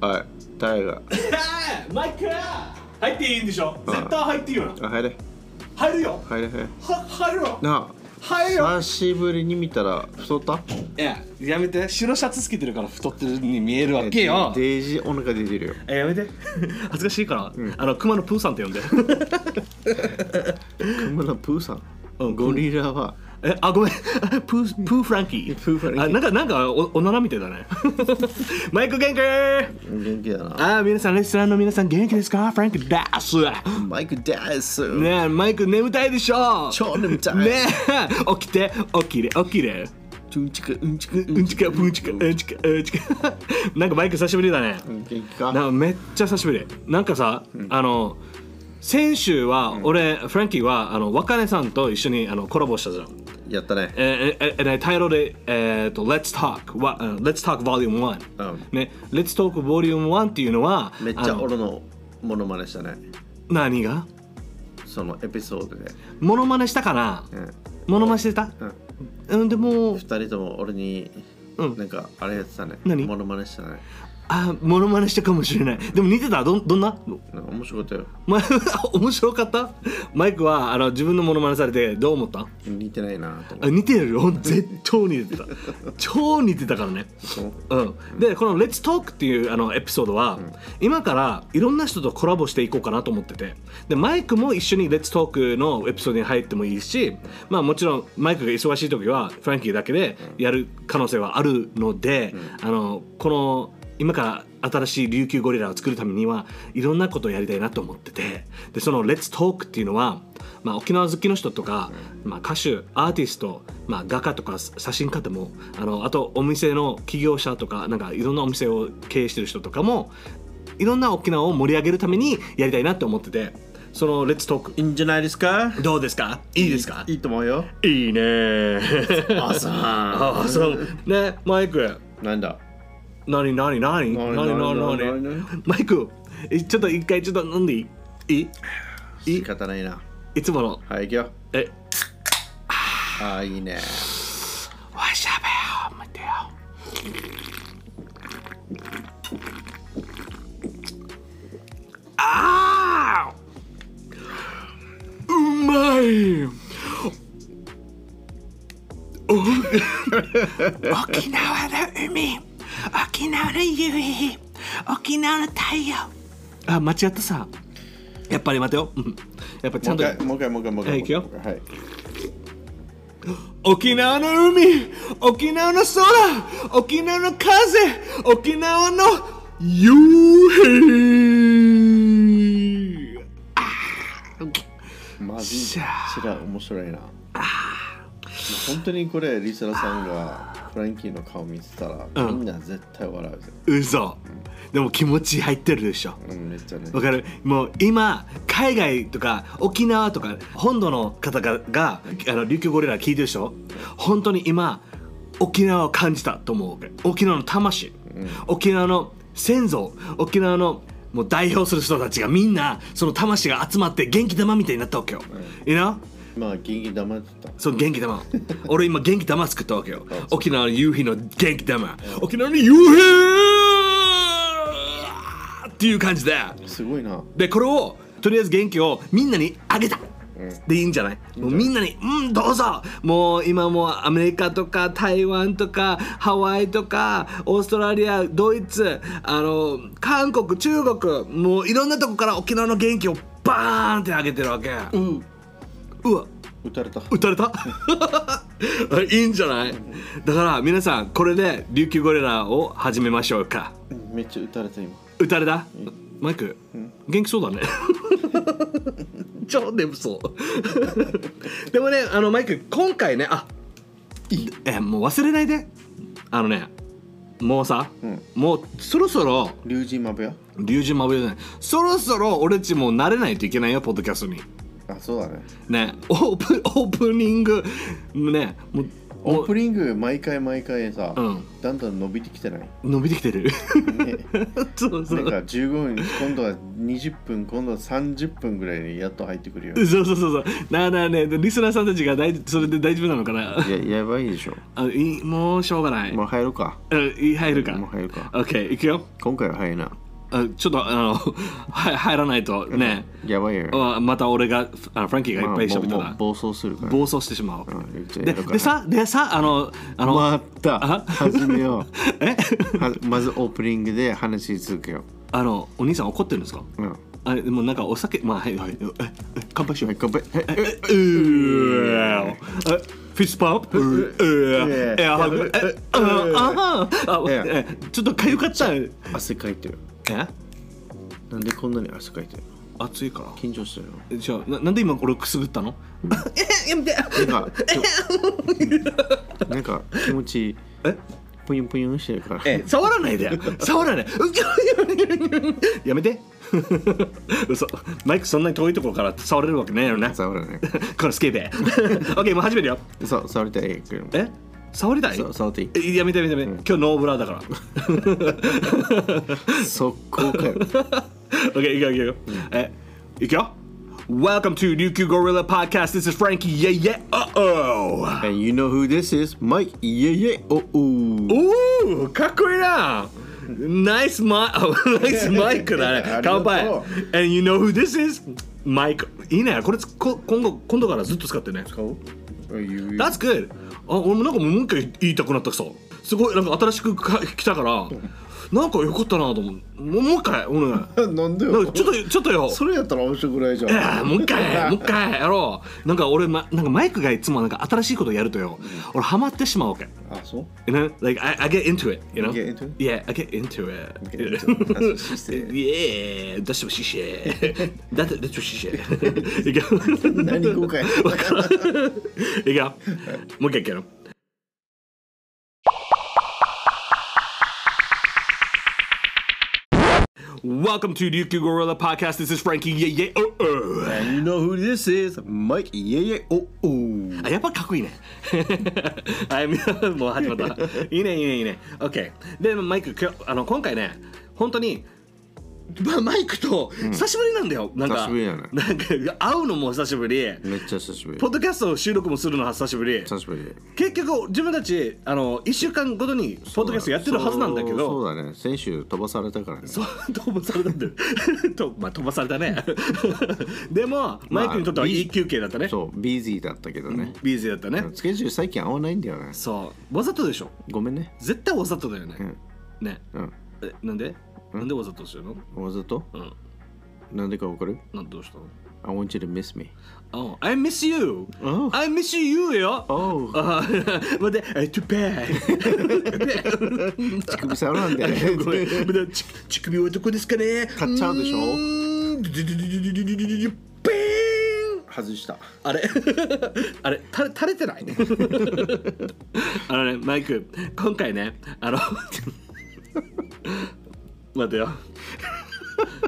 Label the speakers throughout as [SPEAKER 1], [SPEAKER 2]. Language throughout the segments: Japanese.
[SPEAKER 1] はい誰が
[SPEAKER 2] マイク入っていいんでしょ
[SPEAKER 1] うん
[SPEAKER 2] 絶対入っていいよな
[SPEAKER 1] あ入れ
[SPEAKER 2] 入るよ
[SPEAKER 1] 入れ入れ
[SPEAKER 2] は入るよ
[SPEAKER 1] なあ
[SPEAKER 2] 入るよ
[SPEAKER 1] 久しぶりに見たら太った
[SPEAKER 2] いややめて白シャツつけてるから太ってるに見えるわけよ
[SPEAKER 1] デイジーお腹出てるよ
[SPEAKER 2] えやめて
[SPEAKER 3] 恥ずかしいから、あの熊のプーさんって呼んで
[SPEAKER 1] クマのプーさん、
[SPEAKER 3] うん
[SPEAKER 1] ゴリラは
[SPEAKER 3] えあごめん プープーフランキー
[SPEAKER 1] プーフランキー
[SPEAKER 3] あなんかなんかおおならみたいだね マイク元気
[SPEAKER 1] 元気だな
[SPEAKER 3] あ皆さんレストランの皆さん元気ですかフランクですね
[SPEAKER 1] マイクです、
[SPEAKER 3] えマイク眠たいでしょ
[SPEAKER 1] 超眠たい
[SPEAKER 3] ねえ起きて起きれ起きれ
[SPEAKER 1] うんちくうんちく
[SPEAKER 3] うんちかぷんちかうんちかうんちか なんかマイク久しぶりだね
[SPEAKER 1] 元気か
[SPEAKER 3] なんかめっちゃ久しぶりなんかさ、あの先週は俺、フランキーはあの若根さんと一緒にあのコラボしたじゃん
[SPEAKER 1] やったね
[SPEAKER 3] えーえーえータイトルで、えー、と Let's Talk わ、うん Let's Talk Volume 1、
[SPEAKER 1] うん
[SPEAKER 3] ね、Let's Talk Volume 1っていうのは
[SPEAKER 1] めっち
[SPEAKER 3] あ
[SPEAKER 1] ゃ
[SPEAKER 3] の
[SPEAKER 1] 俺のモノマネしたね
[SPEAKER 3] 何が
[SPEAKER 1] そのエピソードで、
[SPEAKER 3] モノマネしたかな、
[SPEAKER 1] うん、
[SPEAKER 3] モノマネしてた、うん、でも
[SPEAKER 1] 二人とも俺に
[SPEAKER 3] うん
[SPEAKER 1] なんかあれやってたね、
[SPEAKER 3] 何
[SPEAKER 1] モノマネしたね
[SPEAKER 3] あモノマネしたかもしれないでも似てたどんどんな
[SPEAKER 1] なんか面白かったよ
[SPEAKER 3] ま 面白かったマイクはあの自分のモノマネされてどう思った
[SPEAKER 1] 似てないなと思
[SPEAKER 3] あ似てるよ絶対似てた超似てたからね
[SPEAKER 1] そう
[SPEAKER 3] うん、でこの「Let's Talk」っていうあのエピソードは、今からいろんな人とコラボしていこうかなと思っててでマイクも一緒に「Let's Talk」のエピソードに入ってもいいし、まあ、もちろんマイクが忙しい時はフランキーだけでやる可能性はあるので、あのこの今から新しい琉球ゴリラを作るためにはいろんなことをやりたいなと思っててでその「Let's Talk」っていうのは、まあ、沖縄好きの人とか、まあ、歌手アーティスト、まあ、画家とか写真家でもあのあとお店の起業者とかなんかいろんなお店を経営してる人とかもいろんな沖縄を盛り上げるためにやりたいなって思っててその「Let's Talk
[SPEAKER 1] いいんじゃないですか」
[SPEAKER 3] どうですかいいですか
[SPEAKER 1] いいと思うよ
[SPEAKER 3] いいねー
[SPEAKER 1] あさ
[SPEAKER 3] ああそうねマイク
[SPEAKER 1] なんだ
[SPEAKER 3] 何何何
[SPEAKER 1] 何
[SPEAKER 3] 何
[SPEAKER 1] 何
[SPEAKER 3] 何
[SPEAKER 1] 何
[SPEAKER 3] 何
[SPEAKER 1] 何
[SPEAKER 3] マイクえちょっと一回ちょっと飲んでいいいい
[SPEAKER 1] 仕方ないない
[SPEAKER 3] つもの
[SPEAKER 1] はい行くよ
[SPEAKER 3] え
[SPEAKER 1] ああいいね
[SPEAKER 3] わしゃべよ待てよあーうまいお 沖縄の海沖縄の夕日沖縄の太陽あ間違ったさやっぱり待てようんやっぱち
[SPEAKER 1] も
[SPEAKER 3] ゃ
[SPEAKER 1] うん一
[SPEAKER 3] と
[SPEAKER 1] 回もう一回もう一回もう一
[SPEAKER 3] はい
[SPEAKER 1] 回
[SPEAKER 3] 行くよ
[SPEAKER 1] もう一回はい
[SPEAKER 3] 沖縄の海沖縄の空沖縄の風沖縄の夕日
[SPEAKER 1] マジ
[SPEAKER 3] し
[SPEAKER 1] で
[SPEAKER 3] ゃ
[SPEAKER 1] ら面白いな本当にこれリサラさんがフランキーの顔見てたらみ
[SPEAKER 3] うん
[SPEAKER 1] んな絶対笑うぜ
[SPEAKER 3] 嘘でも気持ち入ってるでしょ
[SPEAKER 1] うんめっちゃね
[SPEAKER 3] わかるもう今海外とか沖縄とか本土の方ががあの琉球ゴリラ聞いてるでしょ本当に今沖縄を感じたと思うわけ沖縄の魂、沖縄の先祖沖縄のもう代表する人たちがみんなその魂が集まって元気玉みたいになったわけよ、you know?
[SPEAKER 1] まあ元気黙ってた
[SPEAKER 3] その元気玉俺今元気玉作ったわけよ沖縄の夕日の元気玉沖縄の夕日っていう感じで、
[SPEAKER 1] すごいな
[SPEAKER 3] でこれをとりあえず元気をみんなにあげた、でいいんじゃないもうみんなに「うんどうぞ!」もう今もうアメリカとか台湾とかハワイとかオーストラリアドイツあの韓国中国もういろんなとこから沖縄の元気をバーンってあげてるわけ、うわ
[SPEAKER 1] 撃たれた
[SPEAKER 3] 撃た れたいいんじゃないだから皆さんこれで琉球ゴリラを始めましょうか
[SPEAKER 1] めっちゃ撃たれた今
[SPEAKER 3] 打たれた、マイク、元気そうだね 超眠そうでもねあのマイク今回ねあいえもう忘れないであのねもうさ、
[SPEAKER 1] ん
[SPEAKER 3] もうそろそろ
[SPEAKER 1] 龍神マブや
[SPEAKER 3] 龍神まぶじゃないそろそろ俺たちも慣れないといけないよポッドキャストに
[SPEAKER 1] あそうだね
[SPEAKER 3] ねオープンオープニングねもう
[SPEAKER 4] オープニング毎回毎回さ、
[SPEAKER 3] うん
[SPEAKER 4] だんだん伸びてきてない、ね、
[SPEAKER 3] 伸びてきてる
[SPEAKER 4] なん
[SPEAKER 3] そうそう
[SPEAKER 4] か15分今度は20分今度は30分ぐらいにやっと入ってくるよ
[SPEAKER 3] そうそうそうそうなあなあねリスナーさんたちが大それで大丈夫なのかな
[SPEAKER 1] ややばいでしょ
[SPEAKER 3] あいいもうしょうがない、
[SPEAKER 1] もう入るか
[SPEAKER 3] うんいい入るか
[SPEAKER 1] もう入るか
[SPEAKER 3] OK いくよ
[SPEAKER 1] 今回は早いな
[SPEAKER 3] あちょっとあの はい入らないとね
[SPEAKER 1] やばいよ、
[SPEAKER 3] あまた俺があフランキーがい
[SPEAKER 1] ま
[SPEAKER 3] っ
[SPEAKER 1] あ
[SPEAKER 3] ぱい喋った
[SPEAKER 1] もうも
[SPEAKER 3] ら
[SPEAKER 1] う暴走するから
[SPEAKER 3] 暴走してしまう、
[SPEAKER 1] うんじゃあ
[SPEAKER 3] で
[SPEAKER 1] やろうか
[SPEAKER 3] でさでさあのあの、
[SPEAKER 1] また
[SPEAKER 3] あ
[SPEAKER 1] 始めよ
[SPEAKER 3] え
[SPEAKER 1] うはまずオープニングで話し続けよ
[SPEAKER 3] あのお兄さん怒ってるんですか
[SPEAKER 1] う、うん、は
[SPEAKER 3] あでもなんかお酒まあはいはいええ乾杯しよう
[SPEAKER 1] い乾杯ええ
[SPEAKER 3] えうわえフィッシュパンプうわ
[SPEAKER 4] え
[SPEAKER 3] エアハグえあああ
[SPEAKER 1] え
[SPEAKER 3] えちょっとかゆかったえ
[SPEAKER 1] 汗かいてるなんでこんなに汗かいてる
[SPEAKER 3] 暑いから
[SPEAKER 1] 緊張してるの
[SPEAKER 3] えじゃあななんで今俺くすぐったの えやめて
[SPEAKER 1] なんか、 なんか気持ちいい
[SPEAKER 3] え
[SPEAKER 1] ぷゆんぷゆんしてるから。
[SPEAKER 3] え触らないで触らないうっぎょ やめて 嘘マイクそんなに遠いところから触れるわけないよね
[SPEAKER 1] 触らない。
[SPEAKER 3] このスケ ベ OK もう始めるよ
[SPEAKER 1] そう、触りたいけど。
[SPEAKER 3] え触りたい
[SPEAKER 1] そう触っていい
[SPEAKER 3] えやめてやめてやめて、今日ノーブラだから
[SPEAKER 1] 速攻かよ。
[SPEAKER 3] OK いくよいくよ、えいくよ Welcome to Ryukyu Gorilla Podcast This is Frankie Yeah Yeah Uh Oh
[SPEAKER 1] And you know who this is? Mike, yeah, yeah, oh, oh.
[SPEAKER 3] おおかっこいいなナイスマイ クナイ スマイクだ
[SPEAKER 4] あ
[SPEAKER 3] ね
[SPEAKER 4] りがと
[SPEAKER 3] 乾
[SPEAKER 4] う
[SPEAKER 3] 杯 And you know who this is? マイクいいねこれつこ今後今度からずっと使ってね
[SPEAKER 4] 顔あ言うよ
[SPEAKER 3] That's good あ俺もなんかもう一回言いたくなったさすごいなんか新しくか来たからなんかよかったなと思うもうもう一回お願い
[SPEAKER 4] なんで
[SPEAKER 3] なん
[SPEAKER 4] よ
[SPEAKER 3] かちょっとちょっとよ
[SPEAKER 4] それやったら面白くないじ
[SPEAKER 3] いや
[SPEAKER 4] ゃ
[SPEAKER 3] ー
[SPEAKER 4] ん
[SPEAKER 3] もう一回もう一回やろうなんか俺、ま、なんかマイクがいつもなんか新しいことやるとよ、俺ハマってしまうわけ
[SPEAKER 4] あそう
[SPEAKER 3] You know, like I, I get into it, you know?
[SPEAKER 4] Get into it?
[SPEAKER 3] Yeah, I get into it.
[SPEAKER 4] Get into it. That's what she said.
[SPEAKER 3] yeah, that's what she said. that, that's what she said. いくよ
[SPEAKER 4] 何5回
[SPEAKER 3] いくよ。もう一回いくよ。Welcome to Ryukyu Gorilla Podcast. This is Frankie. Yeah, yeah, oh, oh.
[SPEAKER 1] And you know who this is? Mike, yeah, yeah, oh, oh.
[SPEAKER 3] あやっぱかっこいいね。はい、みんなもう始まった。いいね、いいね、いいね。OK。で、マイク、今日あの今回ね、本当に、まマイクと久しぶりなんだよ。なんか、
[SPEAKER 1] 久しぶりだね
[SPEAKER 3] なんか会うのも久しぶり、
[SPEAKER 1] めっちゃ久しぶり
[SPEAKER 3] ポッ。ドキャスト収録もするのは久しぶり。
[SPEAKER 1] 久しぶり。
[SPEAKER 3] 結局、自分たち、あの1週間ごとにポッドキャストやってるはずなんだけど、
[SPEAKER 1] そうそうだね。先週飛ばされたからね。
[SPEAKER 3] そう飛ばされたんだよ と、まあ、飛ばされたね でもマイクにとってはいい休憩だったね、
[SPEAKER 1] そう、ビーズィーだったけどね。
[SPEAKER 3] ビーズだったね
[SPEAKER 1] スケジュール最近合わないんだよね。
[SPEAKER 3] そうわざとでしょ
[SPEAKER 1] ごめんね。
[SPEAKER 3] 絶対わざとだよね、
[SPEAKER 1] うん。
[SPEAKER 3] ね
[SPEAKER 1] うん。
[SPEAKER 3] えなんでなんでわざとしてるの
[SPEAKER 1] わざと
[SPEAKER 3] うん
[SPEAKER 1] なんでかわかる
[SPEAKER 3] なんでどうしたの
[SPEAKER 1] ?I want you to miss me.
[SPEAKER 3] Oh, I miss you!
[SPEAKER 1] Oh.
[SPEAKER 3] I miss you よ
[SPEAKER 1] Oh.
[SPEAKER 3] あー待って、え、トゥペー
[SPEAKER 1] 乳首触らんで。
[SPEAKER 3] ごめ ん、まだち乳首はどこですかね
[SPEAKER 1] 買っちゃうでしょ
[SPEAKER 3] ーんドゥドゥドゥドゥドゥドゥドゥペーン
[SPEAKER 4] 外した
[SPEAKER 3] あれ あれ垂れ垂れてない あのねマイク今回ねあの 待てよ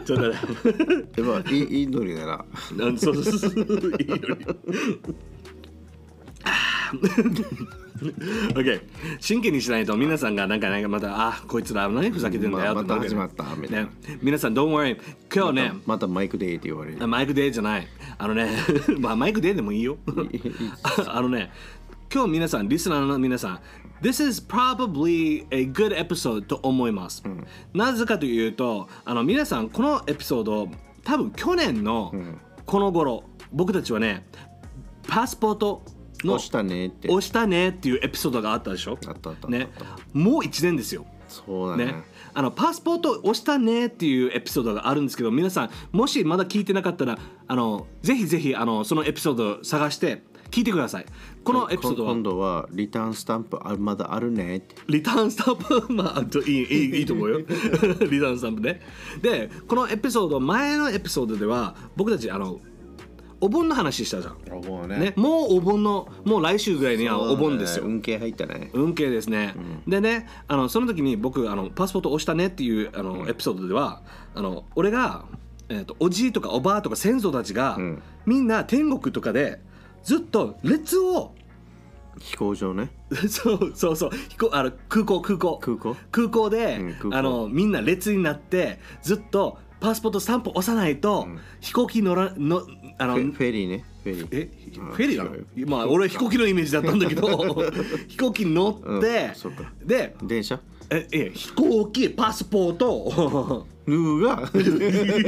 [SPEAKER 3] ちょっと待って
[SPEAKER 1] でもいいいいノリなら
[SPEAKER 3] なんそうそうそうそういいのに。オッケー真剣にしないと皆さんがなんかなんかまたあこいつら何ふざけてんだよ
[SPEAKER 1] まあ
[SPEAKER 3] と思うけど
[SPEAKER 1] また始まったみたいな
[SPEAKER 3] ね、皆さん Don't worry 今日ね、
[SPEAKER 1] またマイクでいいって言われる
[SPEAKER 3] マイクデーじゃないあのね まあマイクデーでもいいよ あのね今日皆さんリスナーの皆さん This is probably a good episode と思います、なぜかというとあの皆さんこのエピソード多分去年のこの頃、僕たちはねパスポートの
[SPEAKER 1] 押したねって
[SPEAKER 3] 押したねっていうエピソードがあったでしょ
[SPEAKER 1] あったあったあった
[SPEAKER 3] ねもう1年ですよ
[SPEAKER 1] そうだね
[SPEAKER 3] ね、あのパスポートを押したねっていうエピソードがあるんですけど皆さんもしまだ聞いてなかったらあのぜひぜひあのそのエピソードを探して聞いてくださいこのエピソードは
[SPEAKER 1] 今度はリターンスタンプあまだあるねって
[SPEAKER 3] リターンスタンプまあちょいいいいいいと思う よリターンスタンプねでこのエピソード前のエピソードでは僕たちあのお盆の話したじゃん、
[SPEAKER 4] あもうね
[SPEAKER 3] ね、もうお盆のもう来週ぐらいにはお盆ですよ
[SPEAKER 1] 運慶入ったね
[SPEAKER 3] 運慶ですね、でねあのその時に僕あのパスポート押したねっていうあの、エピソードではあの俺が、えー、とおじいとかおばあとか先祖たちが、みんな天国とかでずっと列を
[SPEAKER 1] 飛行場ね
[SPEAKER 3] そうそうそう飛行あの空港空港
[SPEAKER 1] 空港
[SPEAKER 3] 空港で、
[SPEAKER 1] うん空港
[SPEAKER 3] あのみんな列になってずっとパスポート3歩押さないと、飛行機乗らのあ
[SPEAKER 1] フ
[SPEAKER 3] の
[SPEAKER 1] ェフェリーねフェリー
[SPEAKER 3] えフェリーなの
[SPEAKER 1] 違
[SPEAKER 3] まあ俺は飛行機のイメージだったんだ けど飛行機に乗
[SPEAKER 1] う
[SPEAKER 3] っ
[SPEAKER 1] ん
[SPEAKER 3] て、
[SPEAKER 1] そうか
[SPEAKER 3] で
[SPEAKER 1] 電車
[SPEAKER 3] ええ飛行機パスポート
[SPEAKER 1] ルー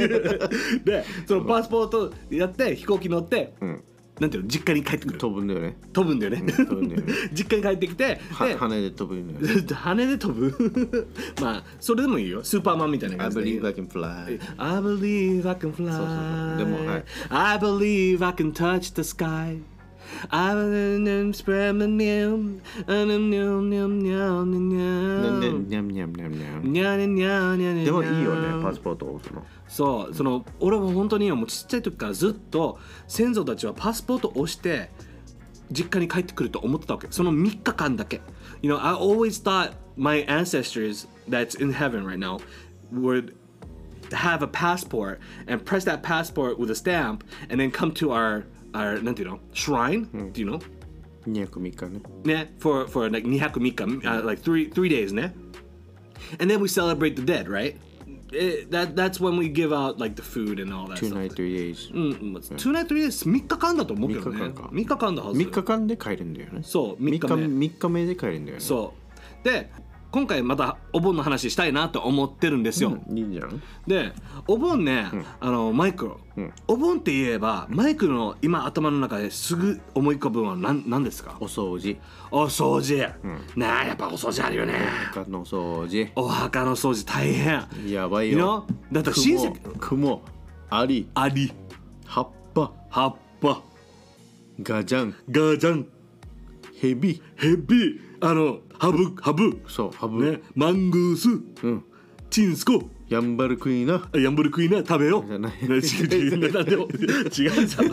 [SPEAKER 1] が
[SPEAKER 3] でそのパスポートやって飛行機乗って、
[SPEAKER 1] うん
[SPEAKER 3] なんていうの実家に帰ってくる
[SPEAKER 1] 飛ぶんだよね
[SPEAKER 3] 飛ぶんだよね、
[SPEAKER 1] 飛ぶんだよね
[SPEAKER 3] 実家に帰ってきてで
[SPEAKER 1] は羽で飛ぶんだ よね
[SPEAKER 3] 羽で飛ぶ まあそれでもいいよスーパーマンみたいな
[SPEAKER 1] I
[SPEAKER 3] 感じで
[SPEAKER 1] believe I can fly
[SPEAKER 3] I believe I can fly
[SPEAKER 1] そうそうでもはい
[SPEAKER 3] I believe I can touch the sky I will spread my name
[SPEAKER 1] なんで
[SPEAKER 3] なんで
[SPEAKER 1] ニャンニャンニャンニャン
[SPEAKER 3] にゃにゃにゃにゃにゃ
[SPEAKER 1] でもいいよねパスポートを押すの
[SPEAKER 3] そうその俺は本当にもうちっちゃい時からずっと先祖たちはパスポートを押して実家に帰ってくると思ってたわけその3日間だけ You know I always thought my ancestors that's in heaven right now would have a passport and press that passport with a stamp and then come to our our なんていうの shrine、do you know
[SPEAKER 1] 203日ね
[SPEAKER 3] ね for for like 200 uh, like three three days ね and then we celebrate the dead right It- that that's when we give out like the food and all that
[SPEAKER 1] 2
[SPEAKER 3] stuff
[SPEAKER 1] night 3 days
[SPEAKER 3] うんうんまあ two night three days 3日間だと思うけどね
[SPEAKER 1] 3日間か
[SPEAKER 3] 3日間だはず
[SPEAKER 1] 3日間で帰るんだよね
[SPEAKER 3] そう
[SPEAKER 1] 3
[SPEAKER 3] 3日
[SPEAKER 1] 日
[SPEAKER 3] 目
[SPEAKER 1] 目3日目で帰るんだよね
[SPEAKER 3] そうで今回またお盆の話したいなと思ってるんですよ、
[SPEAKER 1] いいじゃん
[SPEAKER 3] でお盆ね、あのマイク、
[SPEAKER 1] うん
[SPEAKER 3] お盆って言えばマイクの今頭の中ですぐ思い浮かぶのは何何ですか
[SPEAKER 1] お掃除
[SPEAKER 3] お掃除、なあやっぱお掃除あるよね
[SPEAKER 1] 他のお掃除
[SPEAKER 3] お墓の掃除大変
[SPEAKER 1] やばい
[SPEAKER 3] You
[SPEAKER 1] よ
[SPEAKER 3] know? だって親戚
[SPEAKER 1] 雲あり
[SPEAKER 3] アリ
[SPEAKER 1] 葉っぱ
[SPEAKER 3] 葉っぱ
[SPEAKER 1] ガジャン
[SPEAKER 3] ガージャン
[SPEAKER 1] ヘビ
[SPEAKER 3] ヘビあのハブハブ
[SPEAKER 1] そうハブ、
[SPEAKER 3] ねマングース
[SPEAKER 1] うん
[SPEAKER 3] チンスコ
[SPEAKER 1] ヤンバルクイナ
[SPEAKER 3] ヤンブルクイナ食べよう
[SPEAKER 1] じゃない
[SPEAKER 3] ね違う違うなんでも違うさ、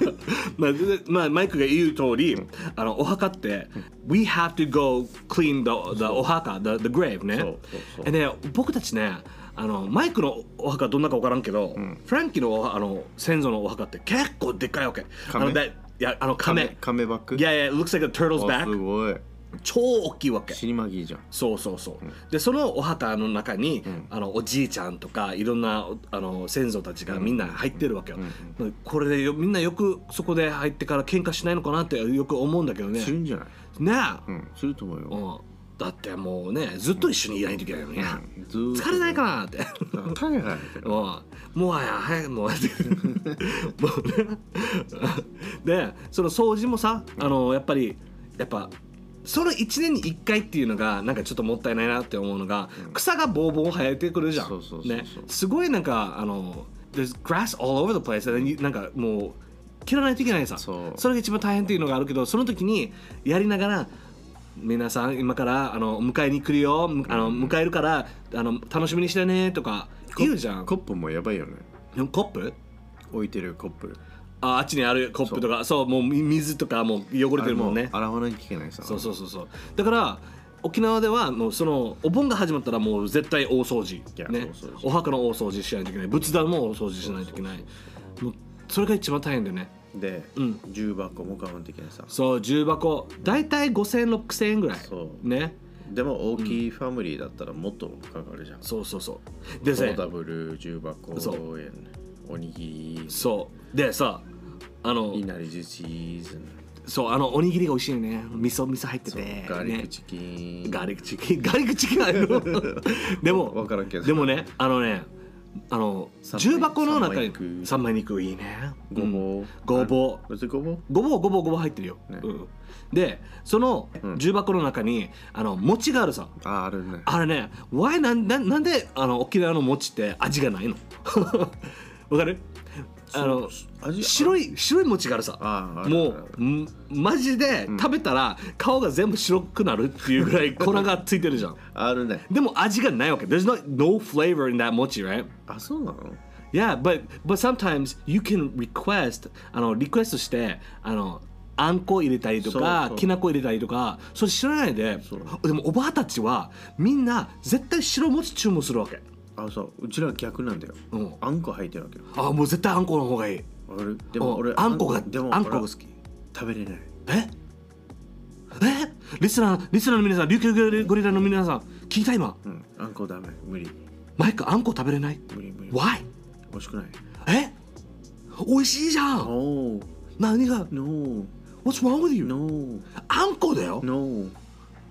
[SPEAKER 3] まあでまあ、マイクが言う通り、あのお墓って、We have to go clean the, the お墓 the, the grave ね
[SPEAKER 1] そうそうそう
[SPEAKER 3] でね僕たちねあのマイクのお墓どんなか分からんけど、フランキーのおあの先祖のお墓って結構でっかいわけ
[SPEAKER 1] 亀
[SPEAKER 3] あのだいやあの
[SPEAKER 1] カ
[SPEAKER 3] 亀
[SPEAKER 1] メカメバッグ
[SPEAKER 3] いやいや it looks like a turtle's
[SPEAKER 1] あす
[SPEAKER 3] back
[SPEAKER 1] ごい
[SPEAKER 3] 超大きいわけ
[SPEAKER 1] 死にまぎいじゃん
[SPEAKER 3] そうそうそう、でそのお墓の中に、あのおじいちゃんとかいろんなおあの先祖たちがみんな入ってるわけよ、これでよみんなよくそこで入ってから喧嘩しないのかなってよく思うんだけどね
[SPEAKER 1] するんじゃない
[SPEAKER 3] ねえ、
[SPEAKER 1] うんすると思うよ、
[SPEAKER 3] うんだってもうねずっと一緒にいないといけないよね、
[SPEAKER 1] うん、ずーっと
[SPEAKER 3] 疲れないかなって。
[SPEAKER 1] 疲れないけど
[SPEAKER 3] もうもはや早くもうもうねでその掃除もさあのやっぱりやっぱその1年に1回っていうのがなんかちょっともったいないなって思うのが、草がボーボー生えてくるじゃん
[SPEAKER 1] そうそうそうそう
[SPEAKER 3] ね、すごいなんかあの There's grass all over the place and then you- なんかもう切らないといけないさ
[SPEAKER 1] そう
[SPEAKER 3] れが一番大変っていうのがあるけどその時にやりながら皆さん今からあの迎えに来るよむあの迎えるからあの楽しみにしてねとか言うじゃん
[SPEAKER 1] コップもやばいよね
[SPEAKER 3] でもコップ
[SPEAKER 1] 置いてるコップ
[SPEAKER 3] ああっちにあるコップとかそうもうみ水とかもう汚れてるもんね
[SPEAKER 1] あれ洗わなきゃいけないさ
[SPEAKER 3] そうそうそうそうだから沖縄ではもうそのお盆が始まったらもう絶対大掃除
[SPEAKER 1] いや
[SPEAKER 3] ね
[SPEAKER 1] そうそうそ
[SPEAKER 3] お墓の大掃除しないといけない仏壇も大掃除しないといけないもうそれが一番大変だよね
[SPEAKER 1] で、
[SPEAKER 3] うん
[SPEAKER 1] 重箱も我慢できないさ
[SPEAKER 3] そう重箱大体50006000円ぐらい
[SPEAKER 1] そう
[SPEAKER 3] ね
[SPEAKER 1] でも大きいファミリーだったらもっとかかるじゃん、
[SPEAKER 3] そうそうそうで
[SPEAKER 1] ト
[SPEAKER 3] ね
[SPEAKER 1] ータブル重箱
[SPEAKER 3] そう
[SPEAKER 1] おにぎ
[SPEAKER 3] そうでさあの
[SPEAKER 1] りいなり寿司
[SPEAKER 3] そうあのおにぎりが美味しいよね味噌味噌入ってて
[SPEAKER 1] ガーリック
[SPEAKER 3] ね
[SPEAKER 1] チキン、
[SPEAKER 3] ガーリックチキンガーリックチキンあるの でも
[SPEAKER 1] わからんけど
[SPEAKER 3] でもねあのねあの
[SPEAKER 1] 三枚
[SPEAKER 3] 重箱の中に
[SPEAKER 1] 三枚肉
[SPEAKER 3] 三枚肉いいね
[SPEAKER 1] ごぼう
[SPEAKER 3] ごぼ
[SPEAKER 1] う別にごぼう
[SPEAKER 3] ごぼうごぼうごぼう入ってるよ、
[SPEAKER 1] ね
[SPEAKER 3] うん、でその重箱の中にあの餅があるさ
[SPEAKER 1] ああるね
[SPEAKER 3] あれね why なんなんなんであの沖縄の餅って味がないの わかるあの
[SPEAKER 1] 味
[SPEAKER 3] 白い白い餅があるさ
[SPEAKER 1] ああ
[SPEAKER 3] もううんマジで食べたら顔が全部白くなるっていうぐ らい粉がついてるじゃん
[SPEAKER 1] あるね
[SPEAKER 3] でも味がないわけ There's no, no flavor in that mochi right
[SPEAKER 1] あそうなの
[SPEAKER 3] Yeah but but sometimes you can request あのリクエストしてあのあんこ入れたりと
[SPEAKER 1] そ
[SPEAKER 3] か
[SPEAKER 1] うそう
[SPEAKER 3] きなこ入れたりとかそれ知らないででもおばあたちはみんな絶対白餅注文するわけ
[SPEAKER 1] あそううちら逆なんだよ、
[SPEAKER 3] うん
[SPEAKER 1] あんこ入ってるわけよ
[SPEAKER 3] あもう絶対あんこの方がいい
[SPEAKER 1] 俺でも
[SPEAKER 3] うん
[SPEAKER 1] 俺
[SPEAKER 3] あんこが
[SPEAKER 1] でも
[SPEAKER 3] あんこが好
[SPEAKER 1] 俺
[SPEAKER 3] き
[SPEAKER 1] 食べれない
[SPEAKER 3] ええリスナーリスナーの皆さん琉球ゴリゴリラの皆さん聞いた今
[SPEAKER 1] うん、あんこダメ。無理。
[SPEAKER 3] マイクあんこ食べれない
[SPEAKER 1] 無理無理。
[SPEAKER 3] Why?
[SPEAKER 1] 美味しくない。
[SPEAKER 3] え美味しいじゃん
[SPEAKER 1] No,
[SPEAKER 3] 何が
[SPEAKER 1] no,
[SPEAKER 3] What's wrong with you?
[SPEAKER 1] no,
[SPEAKER 3] あんこだよ
[SPEAKER 1] no.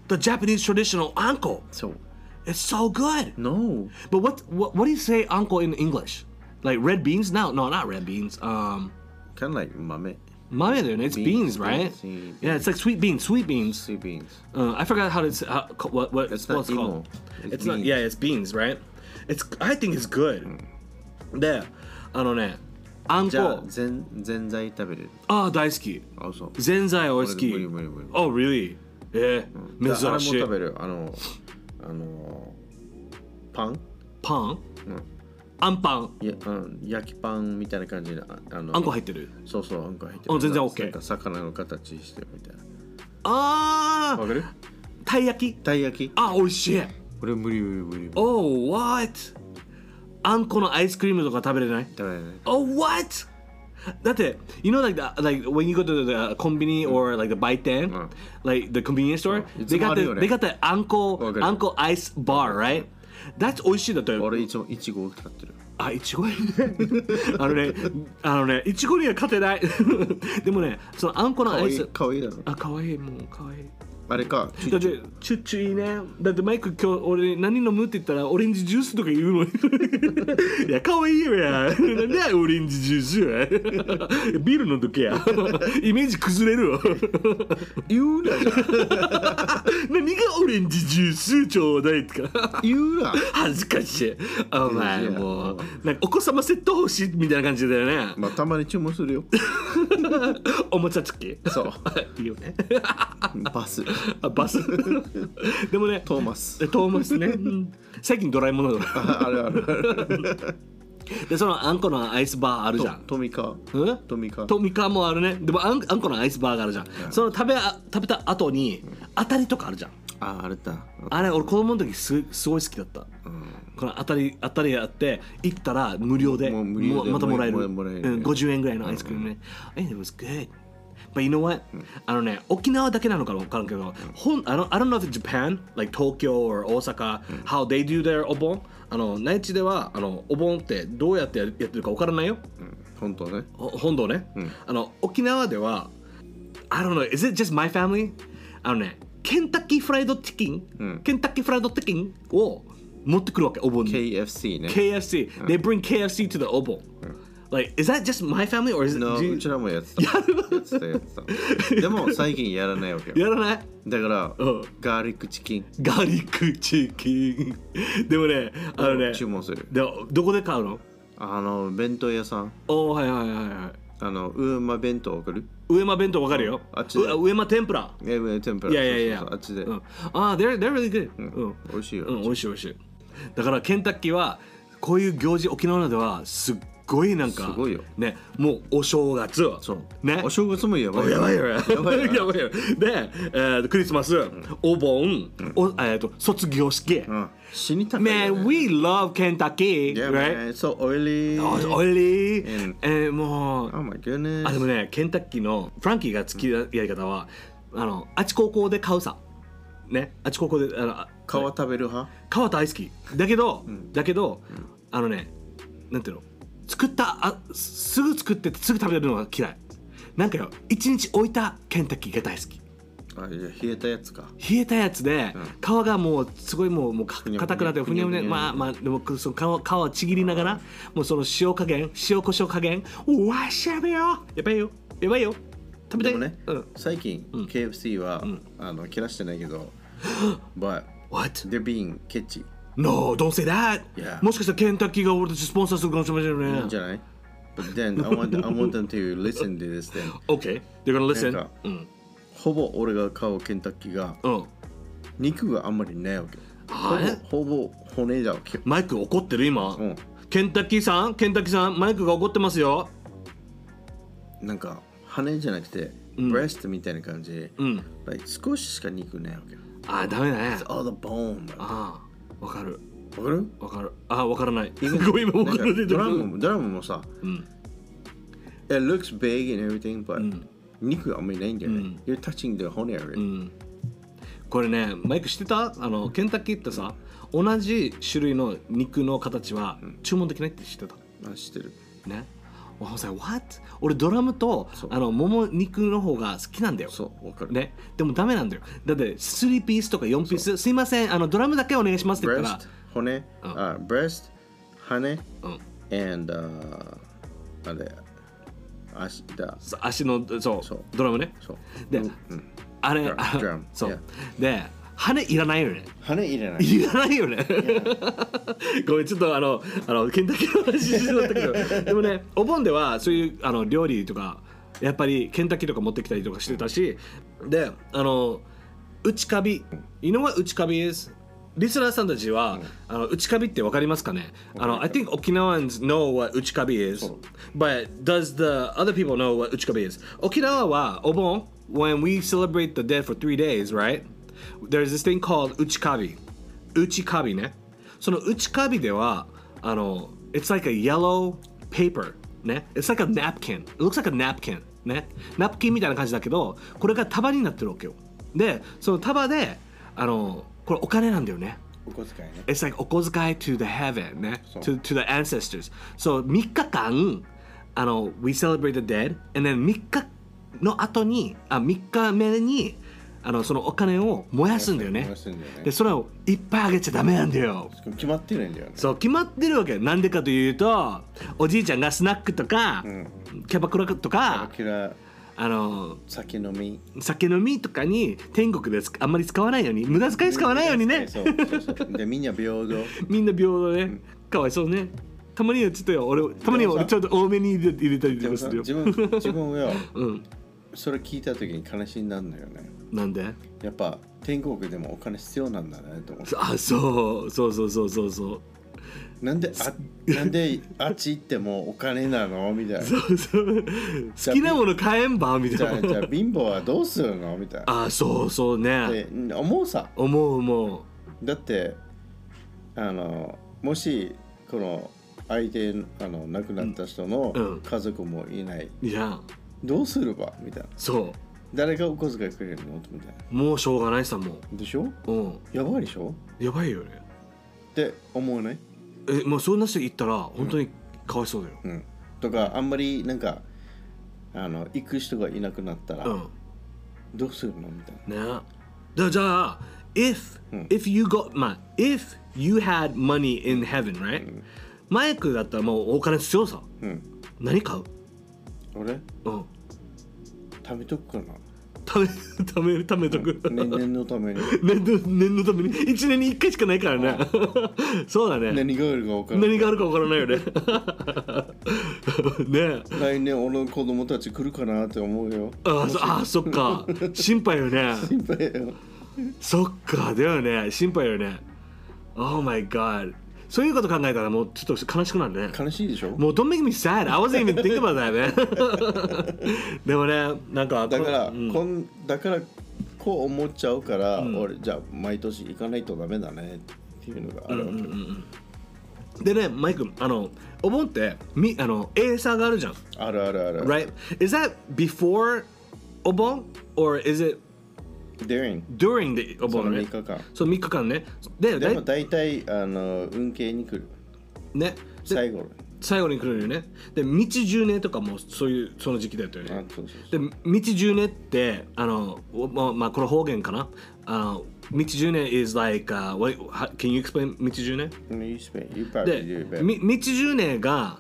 [SPEAKER 3] The Japanese traditional あんこ
[SPEAKER 1] そう。
[SPEAKER 3] It's so good
[SPEAKER 1] No.
[SPEAKER 3] But what, what, what do you say あんこ in English? Like red beans? No, no, not red beans Um,
[SPEAKER 1] Kind of like 豆。
[SPEAKER 3] 豆だよね It's
[SPEAKER 1] Beans,
[SPEAKER 3] beans, right?
[SPEAKER 1] beans, yeah,
[SPEAKER 3] Yeah, it's like sweet beans, sweet beans
[SPEAKER 1] Sweet beans.
[SPEAKER 3] Uh, I forgot how to say, how, co- what what
[SPEAKER 1] It's not
[SPEAKER 3] what it's called.
[SPEAKER 1] emo.
[SPEAKER 3] It's,
[SPEAKER 1] It's
[SPEAKER 3] not.
[SPEAKER 1] beans.
[SPEAKER 3] Yeah, it's beans, right? It's. I think it's good.
[SPEAKER 1] Mm.
[SPEAKER 3] で、あのね、あん
[SPEAKER 1] じゃあ
[SPEAKER 3] こ、。
[SPEAKER 1] ぜんぜんざい食べる。
[SPEAKER 3] ああ大好き。
[SPEAKER 1] あ、そう。
[SPEAKER 3] ぜんざい俺好き。
[SPEAKER 1] 無理無理無理
[SPEAKER 3] Oh really? えー、
[SPEAKER 1] じゃああれ
[SPEAKER 3] 珍
[SPEAKER 1] も
[SPEAKER 3] しい
[SPEAKER 1] 食。べる。あの、あの、パン
[SPEAKER 3] パン
[SPEAKER 1] ん？
[SPEAKER 3] あんパン。
[SPEAKER 1] いやあの焼きパンみたいな感じで、ああの
[SPEAKER 3] あんこ入ってる。
[SPEAKER 1] そうそう、あんこ入ってる。
[SPEAKER 3] あ全然
[SPEAKER 1] なん
[SPEAKER 3] OK
[SPEAKER 1] なんか魚の形してるみたいな。
[SPEAKER 3] あ
[SPEAKER 1] わかる
[SPEAKER 3] あ、たい焼き。
[SPEAKER 1] たい焼き
[SPEAKER 3] あ美味しい。
[SPEAKER 1] 俺無理無理無理無理。
[SPEAKER 3] Oh what? あんこのアイスクリームとか食べれない？
[SPEAKER 1] 食べれない。
[SPEAKER 3] Oh, what? だって、you know, like, the, like when you go to the コンビニ or like the 売店、
[SPEAKER 1] うん
[SPEAKER 3] like the convenience store,、
[SPEAKER 1] うんいつ
[SPEAKER 3] they
[SPEAKER 1] も
[SPEAKER 3] got
[SPEAKER 1] あ
[SPEAKER 3] the
[SPEAKER 1] るよね
[SPEAKER 3] they got the あんこ
[SPEAKER 1] わかる
[SPEAKER 3] あんこアイスバー、right? That's 美味しいだって。
[SPEAKER 1] 俺いつもいちごを買ってる。
[SPEAKER 3] あ、いちごいいね。あのね、あのね、いちごには勝てない。でもね、そのあんこの
[SPEAKER 1] か
[SPEAKER 3] ア
[SPEAKER 1] わ
[SPEAKER 3] イ
[SPEAKER 1] いい
[SPEAKER 3] ス。
[SPEAKER 1] かわいいだろ。
[SPEAKER 3] あ、かわいい、もうかわいい。
[SPEAKER 1] あれか。チュ
[SPEAKER 3] だ
[SPEAKER 1] ッ
[SPEAKER 3] っ
[SPEAKER 1] チュ
[SPEAKER 3] てチュッチュいいねだってマイク今日俺何飲むって言ったらオレンジジュースとか言うのにいや可愛いよやなんでオレンジジュースやビールの時やイメージ崩れるわ
[SPEAKER 1] 言う なじゃん。
[SPEAKER 3] 何がオレンジジュースちょうだいとか
[SPEAKER 1] 言うな。
[SPEAKER 3] 恥ずかしいお前もうなんかお子様セット欲しいみたいな感じだよね
[SPEAKER 1] まあ、たまに注文するよ。
[SPEAKER 3] おもちゃ付き
[SPEAKER 1] そう。
[SPEAKER 3] いいよね
[SPEAKER 1] バス。
[SPEAKER 3] あバスでもね
[SPEAKER 1] トーマス。
[SPEAKER 3] トーマスね、うん最近ドラえもんなの
[SPEAKER 1] ああるあるある。
[SPEAKER 3] でそのあんこのアイスバーあるじゃん
[SPEAKER 1] トミカ。
[SPEAKER 3] うん
[SPEAKER 1] トミカ。
[SPEAKER 3] トミカもあるねでもあんあんこのアイスバーがあるじゃん、その食べあ食べた後に当たりとかあるじゃん
[SPEAKER 1] あ、あれだ。
[SPEAKER 3] あれ俺子供の時すすごい好きだった
[SPEAKER 1] うん。
[SPEAKER 3] この当たり当たりあって行ったら無料で
[SPEAKER 1] もう無料で
[SPEAKER 3] またもらえる
[SPEAKER 1] もらもらえる
[SPEAKER 3] うん、50円ぐらいのアイスクリームね、And it was good But you know what、あのね沖縄だけなのか分からんけど、ほんあの I don't know if it's Japan like Tokyo or 大阪、how they do their お盆あの内地ではあのお盆ってどうやってやってるか分からないよ
[SPEAKER 1] 本当ね。
[SPEAKER 3] ほ本堂ね、あの沖縄では I don't know is it just my family あのねケンタッキーフライドチキン、
[SPEAKER 1] うん
[SPEAKER 3] ケンタッキーフライドチキンを持ってくるわけお盆に
[SPEAKER 1] KFC ね。
[SPEAKER 3] KFC they bring KFC to the お盆、like is that just my family or is it
[SPEAKER 1] の
[SPEAKER 3] do you-
[SPEAKER 1] うちらもやってた。やってたやってた。でも最近やらないわけよ。
[SPEAKER 3] やらない
[SPEAKER 1] だから
[SPEAKER 3] うん、
[SPEAKER 1] ガーリックチキン
[SPEAKER 3] ガーリックチキン でもねあのね
[SPEAKER 1] 注文する。
[SPEAKER 3] でどこで買うの
[SPEAKER 1] あの、弁当屋さん。
[SPEAKER 3] おーはいはいはいはい
[SPEAKER 1] あの、ウーマ弁当送る
[SPEAKER 3] 上間弁当わかるよ
[SPEAKER 1] あっちで
[SPEAKER 3] う上間天ぷら
[SPEAKER 1] え、え天ぷら。
[SPEAKER 3] いやいやいや
[SPEAKER 1] そうそうそうあっちで
[SPEAKER 3] う。ん、ああ they're, they're really good、うん
[SPEAKER 1] 美味しい
[SPEAKER 3] うん、
[SPEAKER 1] よ。
[SPEAKER 3] 美味しい美味しいだからケンタッキーはこういう行事沖縄ではすっごいなんか
[SPEAKER 1] すごいよ
[SPEAKER 3] ねもうお正月
[SPEAKER 1] そう。
[SPEAKER 3] ね
[SPEAKER 1] お正月もやばい。
[SPEAKER 3] やばいよね
[SPEAKER 1] やばいよ
[SPEAKER 3] やばいよねで、えークリスマス、お盆、おえー、と卒業式、
[SPEAKER 1] うん。死にたくないよ
[SPEAKER 3] Man
[SPEAKER 1] ね。
[SPEAKER 3] we love Kentucky
[SPEAKER 1] Yeah, man.
[SPEAKER 3] right
[SPEAKER 1] So oily.
[SPEAKER 3] Oh, oily
[SPEAKER 1] And-
[SPEAKER 3] えーもう
[SPEAKER 1] Oh my goodness.
[SPEAKER 3] あでもねケンタッキーのフランキーが好きなやり方はあのあち高校で買うさねあち高校であの
[SPEAKER 1] 皮食べる派
[SPEAKER 3] 皮大好きだけど、だけど、あのねなんていうの作ったあすぐ作ってすぐ食べるのが嫌いなんかよ一日置いたケンタッキーが大好き
[SPEAKER 1] あ、いや、冷えたやつか。
[SPEAKER 3] 冷えたやつで、
[SPEAKER 1] ん
[SPEAKER 3] 皮がもうすごいもうもうか
[SPEAKER 1] ふにゃふにゃ
[SPEAKER 3] 硬くなってふにゃふにゃ
[SPEAKER 1] ふにゃふにゃ
[SPEAKER 3] まあまあでもその皮皮をちぎりながらもうその塩加減塩コショウ加減うわしゃべよやばいよやばいよ食べた
[SPEAKER 1] で
[SPEAKER 3] い
[SPEAKER 1] もね
[SPEAKER 3] うん、
[SPEAKER 1] 最近 KFC は、あの切らしてないけ ど、but
[SPEAKER 3] What?
[SPEAKER 1] they're being catchy
[SPEAKER 3] No, don't say that!
[SPEAKER 1] Yeah.
[SPEAKER 3] もしかしたらケンタッキーが俺たちスポンサーするかもしれませんよね。
[SPEAKER 1] じゃない But then I want, I want them to listen to this thing.
[SPEAKER 3] Okay, they're
[SPEAKER 1] な
[SPEAKER 3] gonna
[SPEAKER 1] ん
[SPEAKER 3] listen.
[SPEAKER 1] か
[SPEAKER 3] うん。
[SPEAKER 1] ほぼ俺が買うケンタッキーが
[SPEAKER 3] うん。
[SPEAKER 1] 肉があんまりないわけ。
[SPEAKER 3] はい
[SPEAKER 1] ほぼほぼ骨だわけ。
[SPEAKER 3] マイク怒ってる今、
[SPEAKER 1] うん
[SPEAKER 3] ケンタッキーさんケンタッキーさんマイクが怒ってますよ
[SPEAKER 1] なんか羽じゃなくて、ブレストみたいな感じで、
[SPEAKER 3] ん
[SPEAKER 1] like 少ししか肉ないわけ。
[SPEAKER 3] あーダメだね
[SPEAKER 1] All the bone. bro. わ
[SPEAKER 3] ああわかる
[SPEAKER 1] かる
[SPEAKER 3] わかるあーわか らない
[SPEAKER 1] なん
[SPEAKER 3] ごめん今わからない
[SPEAKER 1] かドラムもドラムもさ、
[SPEAKER 3] ん
[SPEAKER 1] It looks big and everything, but、
[SPEAKER 5] 肉があんまりないんだよね。
[SPEAKER 3] うん
[SPEAKER 5] You're touching the whole area、
[SPEAKER 3] うんこれねマイク知ってたあのケンタッキーってさ同じ種類の肉の形は注文できないって知ってた
[SPEAKER 5] あ、知ってる。
[SPEAKER 3] ね I was like, What? 俺ドラムと
[SPEAKER 5] そう
[SPEAKER 3] あのもも肉の方が好きなんだよ
[SPEAKER 5] そう、わかる。
[SPEAKER 3] ね、でもダメなんだよだって3ピースとか4ピースすいませんあのドラムだけお願いしますって言ったら
[SPEAKER 5] breast、骨、あ、breast、羽、
[SPEAKER 3] うん
[SPEAKER 5] and、uh, あれ、足だ。
[SPEAKER 3] そう足のそう
[SPEAKER 5] そう
[SPEAKER 3] ドラムね
[SPEAKER 5] そう。
[SPEAKER 3] で、
[SPEAKER 5] うん
[SPEAKER 3] あれ
[SPEAKER 5] ドラム
[SPEAKER 3] あの
[SPEAKER 5] ドラム
[SPEAKER 3] そう、
[SPEAKER 5] Yeah
[SPEAKER 3] で羽いらないよね
[SPEAKER 1] 羽入れない
[SPEAKER 3] いらないよねごめんちょっとあのあのケンタッキーの話しちゃったけどでもねお盆ではそういうあの料理とかやっぱりケンタッキーとか持ってきたりとかしてたしであの内カビ You know what 内カビ is? リスナーさんたちは、あの内カビってわかりますかねあの I think Okinawans know what 内カビ is but does the other people know what 内カビ is? 沖縄はお盆 when we celebrate the dead for three days right? There's this thing called 内カビ内カビねその内カビではあの It's like a yellow paper ね It's like a napkin It looks like a napkin ねナプキンみたいな感じだけどこれが束になってるわけよでその束であのこれお金なんだよね
[SPEAKER 1] お小遣いね
[SPEAKER 3] It's like お小遣い to the heaven ね
[SPEAKER 1] う
[SPEAKER 3] to, to the ancestors So 3日間あの We celebrate the dead and then 3日の後にあ3日目にあのそのお金を燃やすんだよね
[SPEAKER 1] 燃やすんだよね
[SPEAKER 3] でそれをいっぱいあげちゃダメなんだよ
[SPEAKER 1] しかも決まってないんだよね
[SPEAKER 3] そう決まってるわけなんでかというとおじいちゃんがスナックとか、キャバクラとか
[SPEAKER 1] キラ
[SPEAKER 3] あの
[SPEAKER 1] 酒飲み
[SPEAKER 3] 酒飲みとかに天国でつあんまり使わないように無駄遣い使わないようにね
[SPEAKER 1] そうそうそうでみんな平 等
[SPEAKER 3] みんな平等ね、かわいそうねたまにはちょっとよ俺たまには俺ちょっと多めに入れ入れたり
[SPEAKER 1] でも
[SPEAKER 3] とか
[SPEAKER 1] さ
[SPEAKER 3] するよ
[SPEAKER 1] 自分自分よ
[SPEAKER 3] うん
[SPEAKER 1] それ聞いた時に悲しいんだんだよね
[SPEAKER 3] なんで
[SPEAKER 1] やっぱ天国でもお金必要なんだねと思って
[SPEAKER 3] あそうそうそうそうそうそう
[SPEAKER 1] なんであなんであっち行ってもお金なのみたいなじ
[SPEAKER 3] そう好きなもの買えんばみた
[SPEAKER 1] ゃあ
[SPEAKER 3] い
[SPEAKER 1] じゃ
[SPEAKER 3] な
[SPEAKER 1] あ貧乏はどうするのみたいな
[SPEAKER 3] あそうそうね
[SPEAKER 1] で思うさ
[SPEAKER 3] 思う思う
[SPEAKER 1] だってあのもしこの相手あの亡くなった人
[SPEAKER 3] うん
[SPEAKER 1] の家族もいない、
[SPEAKER 3] いや
[SPEAKER 1] どうすればみたいな
[SPEAKER 3] そう
[SPEAKER 1] 誰がお小遣いくれるのみたいな
[SPEAKER 3] もうしょうがないさも
[SPEAKER 1] でしょ
[SPEAKER 3] う、うん、
[SPEAKER 1] やばいでしょ
[SPEAKER 3] やばいよね
[SPEAKER 1] って思わない、
[SPEAKER 3] えもうそんな人言ったら本当にかわいそうだよ
[SPEAKER 1] うん、とかあんまりなんかあの行く人がいなくなったら、
[SPEAKER 3] うん
[SPEAKER 1] どうするのみたいな
[SPEAKER 3] ねだじゃあ if、
[SPEAKER 1] うん
[SPEAKER 3] if you got まあ if you had money in heaven right、マイクだったらもうお金必要さ
[SPEAKER 1] うん
[SPEAKER 3] 何買う
[SPEAKER 1] 俺
[SPEAKER 3] うん
[SPEAKER 1] 貯めとくか
[SPEAKER 3] ため ためためとく、
[SPEAKER 1] な年々のために
[SPEAKER 3] 年度念のために1年に1回しかないからね そうだね
[SPEAKER 1] 何があるか分からない
[SPEAKER 3] 何があるかわからないよね ねえ
[SPEAKER 1] 来年俺の子供たち来るかなって思うよ
[SPEAKER 3] あそあそっか心配よね
[SPEAKER 1] 心配よ
[SPEAKER 3] そっかだよね心配よね Oh my god そういうこと考えたらもうちょっと悲しくなるね
[SPEAKER 1] 悲しいでしょ
[SPEAKER 3] もう Don't make me sad I wasn't even thinking about that man でもねなんか
[SPEAKER 1] だから、
[SPEAKER 3] うん
[SPEAKER 1] こんだからこう思っちゃうから、俺じゃあ毎年行かないとダメだねっていうのがあるわけ、
[SPEAKER 3] でねマイクあのお盆ってみあのエーサーがあるじゃん
[SPEAKER 1] あるあるある、
[SPEAKER 3] Right Is that before お盆 or is it
[SPEAKER 1] During
[SPEAKER 3] during the お
[SPEAKER 1] そ
[SPEAKER 3] 盆
[SPEAKER 1] の
[SPEAKER 3] ね
[SPEAKER 1] 3日間
[SPEAKER 3] そう3日間ねで
[SPEAKER 1] で
[SPEAKER 3] だい
[SPEAKER 1] も大体あの運慶に来る
[SPEAKER 3] ねで
[SPEAKER 1] 最後
[SPEAKER 3] 最後に来るよねで道10年とかもそういうその時期だったよね
[SPEAKER 1] あそうそう
[SPEAKER 3] で道10年ってあのおまあ、まあ、これ方言かなあの道10年 is like、uh, what, how, can you explain 道10年
[SPEAKER 1] You spend You probably do it
[SPEAKER 3] で
[SPEAKER 1] better
[SPEAKER 3] み道10年が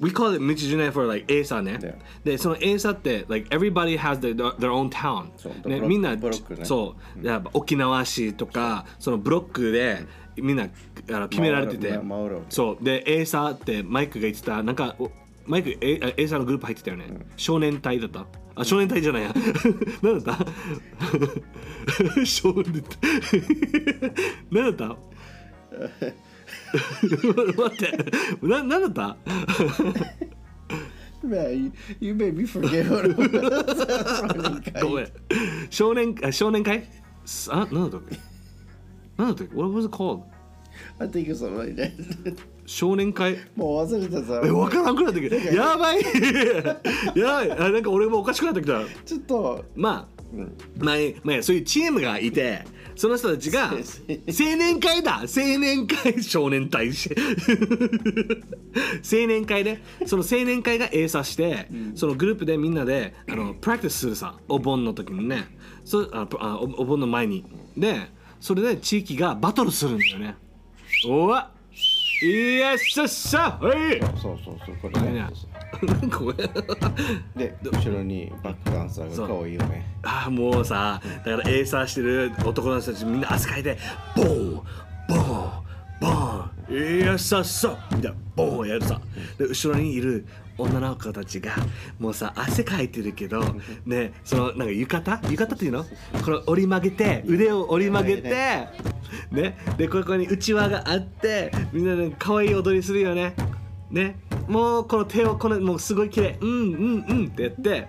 [SPEAKER 3] We call it 道10年 for like エーサーね、
[SPEAKER 1] Yeah.
[SPEAKER 3] でそのエーサーって like everybody has their, their own town
[SPEAKER 1] そうブロ
[SPEAKER 3] ね、
[SPEAKER 1] ック
[SPEAKER 3] みんな
[SPEAKER 1] ブロックね
[SPEAKER 3] そう、やっぱ沖縄市とかそのブロックでみんなあの決められてて
[SPEAKER 1] 回る回るわけ
[SPEAKER 3] そうでエーサーってマイクが言ってたなんかおマイクエーあエーサーのグループ入ってたよね、少年隊だったあ少年隊じゃないや 何だった少年 隊何だった 待ってな何だった
[SPEAKER 1] Man, you, you made me forget what it was
[SPEAKER 3] ごめん少年あ少年会すあ何だったっけ何だったっけ What was it called?
[SPEAKER 1] I think it's something like that
[SPEAKER 3] 少年会
[SPEAKER 4] もう忘れてた
[SPEAKER 3] え分からんくなってきたやばい やばいあなんか俺もおかしくなってきた
[SPEAKER 4] ちょっと
[SPEAKER 3] まあ、まあ、まあ、そういうチームがいてその人たち が青年会だ青年会少年隊し青年会ねその青年会が閉鎖して、そのグループでみんなであのプラクティスするさお盆の時にねそああおお盆の前にでそれで地域がバトルするんだよねおわよっしゃっしゃはい
[SPEAKER 4] そうそうそうこれね
[SPEAKER 3] ごめん
[SPEAKER 4] で後ろにバックダンサーが可愛いよね
[SPEAKER 3] ああもうさだからエーサーしてる男の人たちみんな汗かいてボーンボーンボーンいやさっさみたいなボーンやるさで後ろにいる女の子たちがもうさ汗かいてるけどねそのなんか浴衣浴衣っていうのこれ折り曲げて腕を折り曲げてねでここにうちわがあってみんなで可愛い踊りするよねねもうこの手をこのもうすごい綺麗うんうんうんってやって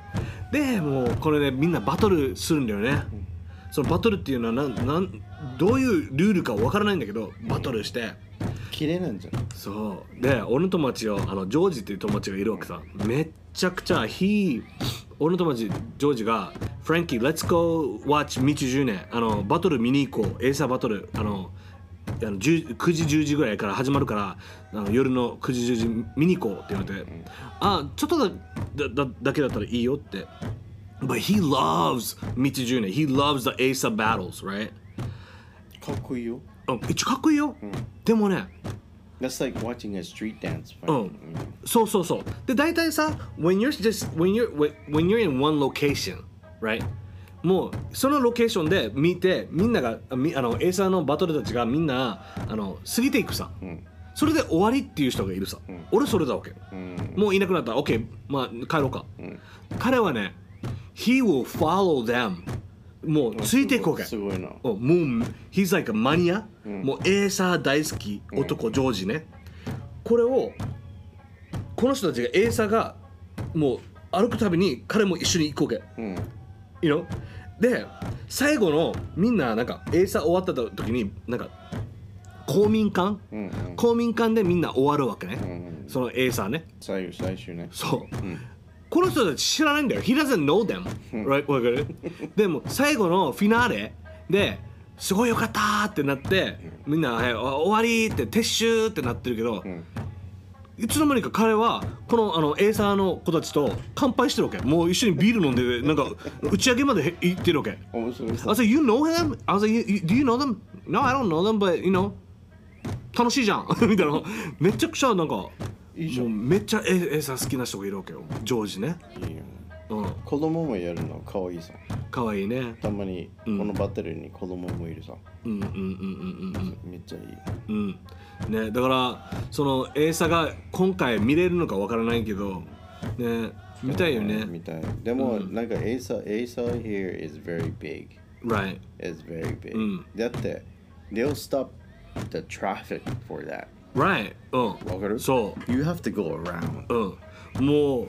[SPEAKER 3] でもうこれねみんなバトルするんだよねそのバトルっていうのはなんなんどういうルールかわからないんだけどバトルして
[SPEAKER 4] 綺麗なんじゃない
[SPEAKER 3] そうで俺の友達よあのジョージっていう友達がいるわけさめっちゃくちゃ he 俺の友達ジョージが「フランキー let's go watch 道10年」あのバトル見に行こうエーサーバトルあのあの10 9時10時ぐらいから始まるからあの夜の9時10時見に行こうって言われて「あちょっとだだだだけだったらいいよ」って「But he loves 道10年 he loves the ASA battles right?」
[SPEAKER 4] かっこいいよ
[SPEAKER 3] あ一応かっこいいよ、でもね
[SPEAKER 4] That's like watching a street dance
[SPEAKER 3] うんそうそうそうで大体さ when you're just when you're when when you're in one location right もうそのロケーションで見てみんながあみあのエーサーのバトルたちがみんなあの過ぎていくさ、それで終わりっていう人がいるさ、俺それだわけ、もういなくなったら OK まあ帰ろうか、彼はね he will follow them もうついていくわけ
[SPEAKER 4] すごいな
[SPEAKER 3] おもう He's like a マニア、もうエーサー大好き男、ジョージねこれをこの人たちがエーサーがもう歩くたびに彼も一緒に行くわけ、
[SPEAKER 4] ん
[SPEAKER 3] you know? で最後のみんななんかエーサー終わった時になんか公民館、公民館でみんな終わるわけね、そのエーサーね
[SPEAKER 4] 最後最終ね
[SPEAKER 3] そう、この人たち知らないんだよ He doesn't know them right わかるでも最後のフィナーレですごいよかったーってなってみんな、はい、お終わりーって撤収ってなってるけど、いつの間にか彼はこのあのエーサーの子たちと乾杯してるわけもう一緒にビール飲んでなんか打ち上げまで行ってるわけ
[SPEAKER 4] 面白い
[SPEAKER 3] I
[SPEAKER 4] さ
[SPEAKER 3] was like, you know him? I was like, you, you, do you know them? No, I don't know them, but you know, 楽しいじゃんみたいな。めちゃくちゃなんか、
[SPEAKER 4] いいじゃん
[SPEAKER 3] もうめっちゃエエーサー好きな人がいるわけよ。ジョージね。
[SPEAKER 4] いいよね
[SPEAKER 3] うん、
[SPEAKER 4] 子供もやるの可愛いさ
[SPEAKER 3] かわいいね。
[SPEAKER 4] たまにこのバトルに子供もいるさ
[SPEAKER 3] うんうんうんうんうん
[SPEAKER 4] めっちゃいい
[SPEAKER 3] うん。うん。ね、だから、そのエーサーが今回見れるのかわからないけど、ね、見たいよ
[SPEAKER 4] み
[SPEAKER 3] ね。
[SPEAKER 4] たいでもなんか ASA ASA here is very big
[SPEAKER 3] Right.
[SPEAKER 4] is very big
[SPEAKER 3] うん
[SPEAKER 4] だって they'll stop the traffic for that
[SPEAKER 3] Right. うん。
[SPEAKER 4] わかる
[SPEAKER 3] そう。
[SPEAKER 1] You have to go around.
[SPEAKER 3] うん、もう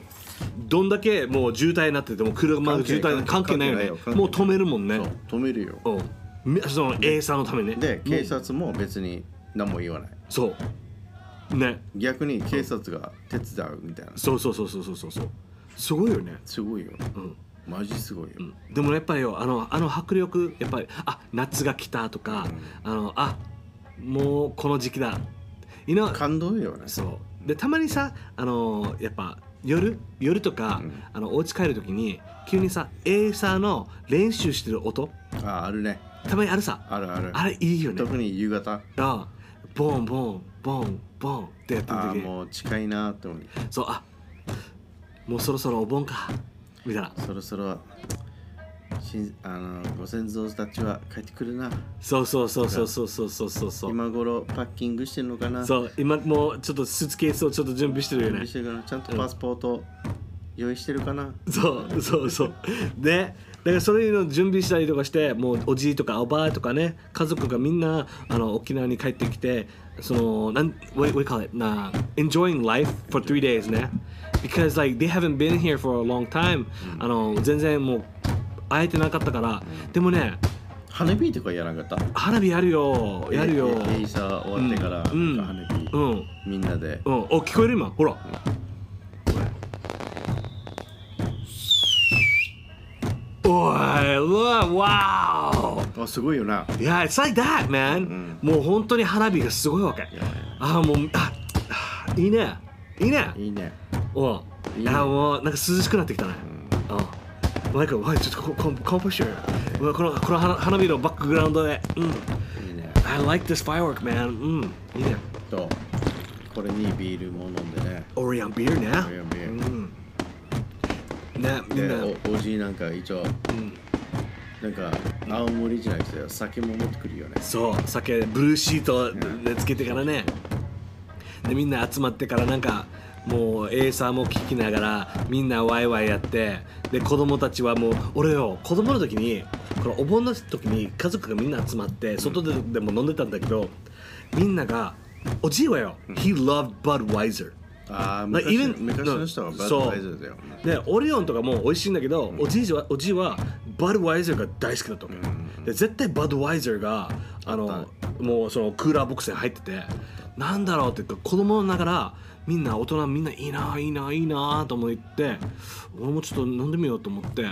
[SPEAKER 3] どんだけもう渋滞になってても車が渋滞に
[SPEAKER 1] 関
[SPEAKER 3] 関係
[SPEAKER 1] 係
[SPEAKER 3] な
[SPEAKER 1] ないい
[SPEAKER 3] よね
[SPEAKER 1] 関係ない
[SPEAKER 3] もう止めるもんね
[SPEAKER 1] そう止めるよ。
[SPEAKER 3] うんみその A さんのためにね
[SPEAKER 1] で、警察も別に何も言わない。
[SPEAKER 3] そうね
[SPEAKER 1] 逆に警察が手伝うみたいな。
[SPEAKER 3] そうそうそうそうそうそうそうすごいよね
[SPEAKER 1] すごいよ。
[SPEAKER 3] ん
[SPEAKER 1] マジすごいよ。
[SPEAKER 3] でもやっぱりよあのあの迫力やっぱりあ夏が来たとか、あのあもうこの時期だ You know
[SPEAKER 1] 感動よね。
[SPEAKER 3] そうでたまにさあのーやっぱ夜夜とか、あのお家帰る時に急にさエーサーの練習してる音
[SPEAKER 1] あ、あるね。
[SPEAKER 3] たまにあるさ
[SPEAKER 1] あるある。
[SPEAKER 3] あれいいよね
[SPEAKER 1] 特に夕方。
[SPEAKER 3] あボンボンボンボンってやってる
[SPEAKER 1] ああ、
[SPEAKER 3] 時
[SPEAKER 1] もう近いなって思う。
[SPEAKER 3] そうあもうそろそろお盆かみたいな
[SPEAKER 1] そろそろ、しんあのご先祖たちは帰ってくるな。
[SPEAKER 3] そうそうそうそうそうそうそうそうそう
[SPEAKER 1] 今頃パッキングしてんのかな。
[SPEAKER 3] そう今もうちょっとスーツケースをちょっと準備してるよ
[SPEAKER 1] 準
[SPEAKER 3] ね
[SPEAKER 1] 備してるかな。ちゃんとパスポート用意してるかな。
[SPEAKER 3] そうそうそうねだからそういうの準備したりとかしてもうおじいとかおばあとかね家族がみんなあの沖縄に帰ってきてそのなん what, what do you call it な enjoying life for three days ね because like they haven't been here for a long time あの全然もう会えてなかったからでもね
[SPEAKER 1] 花火とかやらなかった
[SPEAKER 3] 花火やるよやるよ
[SPEAKER 1] エイエイサー終わってから、
[SPEAKER 3] うん
[SPEAKER 1] なんか花火、
[SPEAKER 3] うんうん
[SPEAKER 1] みんなで
[SPEAKER 3] お聞こえる今ほらおいうわわお
[SPEAKER 1] あすごいよな
[SPEAKER 3] Yeah, it's like that, man、もう本当に花火がすごいわけ。ああ、もう、ああいいね。いいね。
[SPEAKER 1] いいね
[SPEAKER 3] おう
[SPEAKER 1] いい
[SPEAKER 3] い
[SPEAKER 1] ね
[SPEAKER 3] や、もう、なんか涼しくなってきたね。うん。なんか、おいちょっとコンコンプッシュ。うわこの、この花花火のバックグラウンドで。うん。
[SPEAKER 1] いいね
[SPEAKER 3] I like this firework, man. うん。いいね。
[SPEAKER 1] とこれにビールも飲んでね
[SPEAKER 3] Orion beer ね。
[SPEAKER 1] Orion beer
[SPEAKER 3] うん。ね、み
[SPEAKER 1] で
[SPEAKER 3] んな。
[SPEAKER 1] おおじいなんか一応
[SPEAKER 3] うん
[SPEAKER 1] なんか青森じゃなくて酒も持ってくるよね
[SPEAKER 3] そう酒ブルーシートでつけてからねでみんな集まってからなんかもうエーサーも聞きながらみんなワイワイやってで子供たちはもう俺よ子供の時にこのお盆の時に家族がみんな集まって外ででも飲んでたんだけどみんながおじいはよ、He loved Budweiser
[SPEAKER 1] ああ
[SPEAKER 3] まあ
[SPEAKER 1] 昔,、
[SPEAKER 3] even-
[SPEAKER 1] 昔の人はバッドワイザーだよ
[SPEAKER 3] でオリオンとかも美味しいんだけど、おじいはおじいはバドワイザーが大好きだったわけ、で絶対バドワイザーがあのもうそのクーラーボックスに入っててなんだろうっていうか子供ながらみんな大人みんないいないいないいなと思って俺もちょっと飲んでみようと思って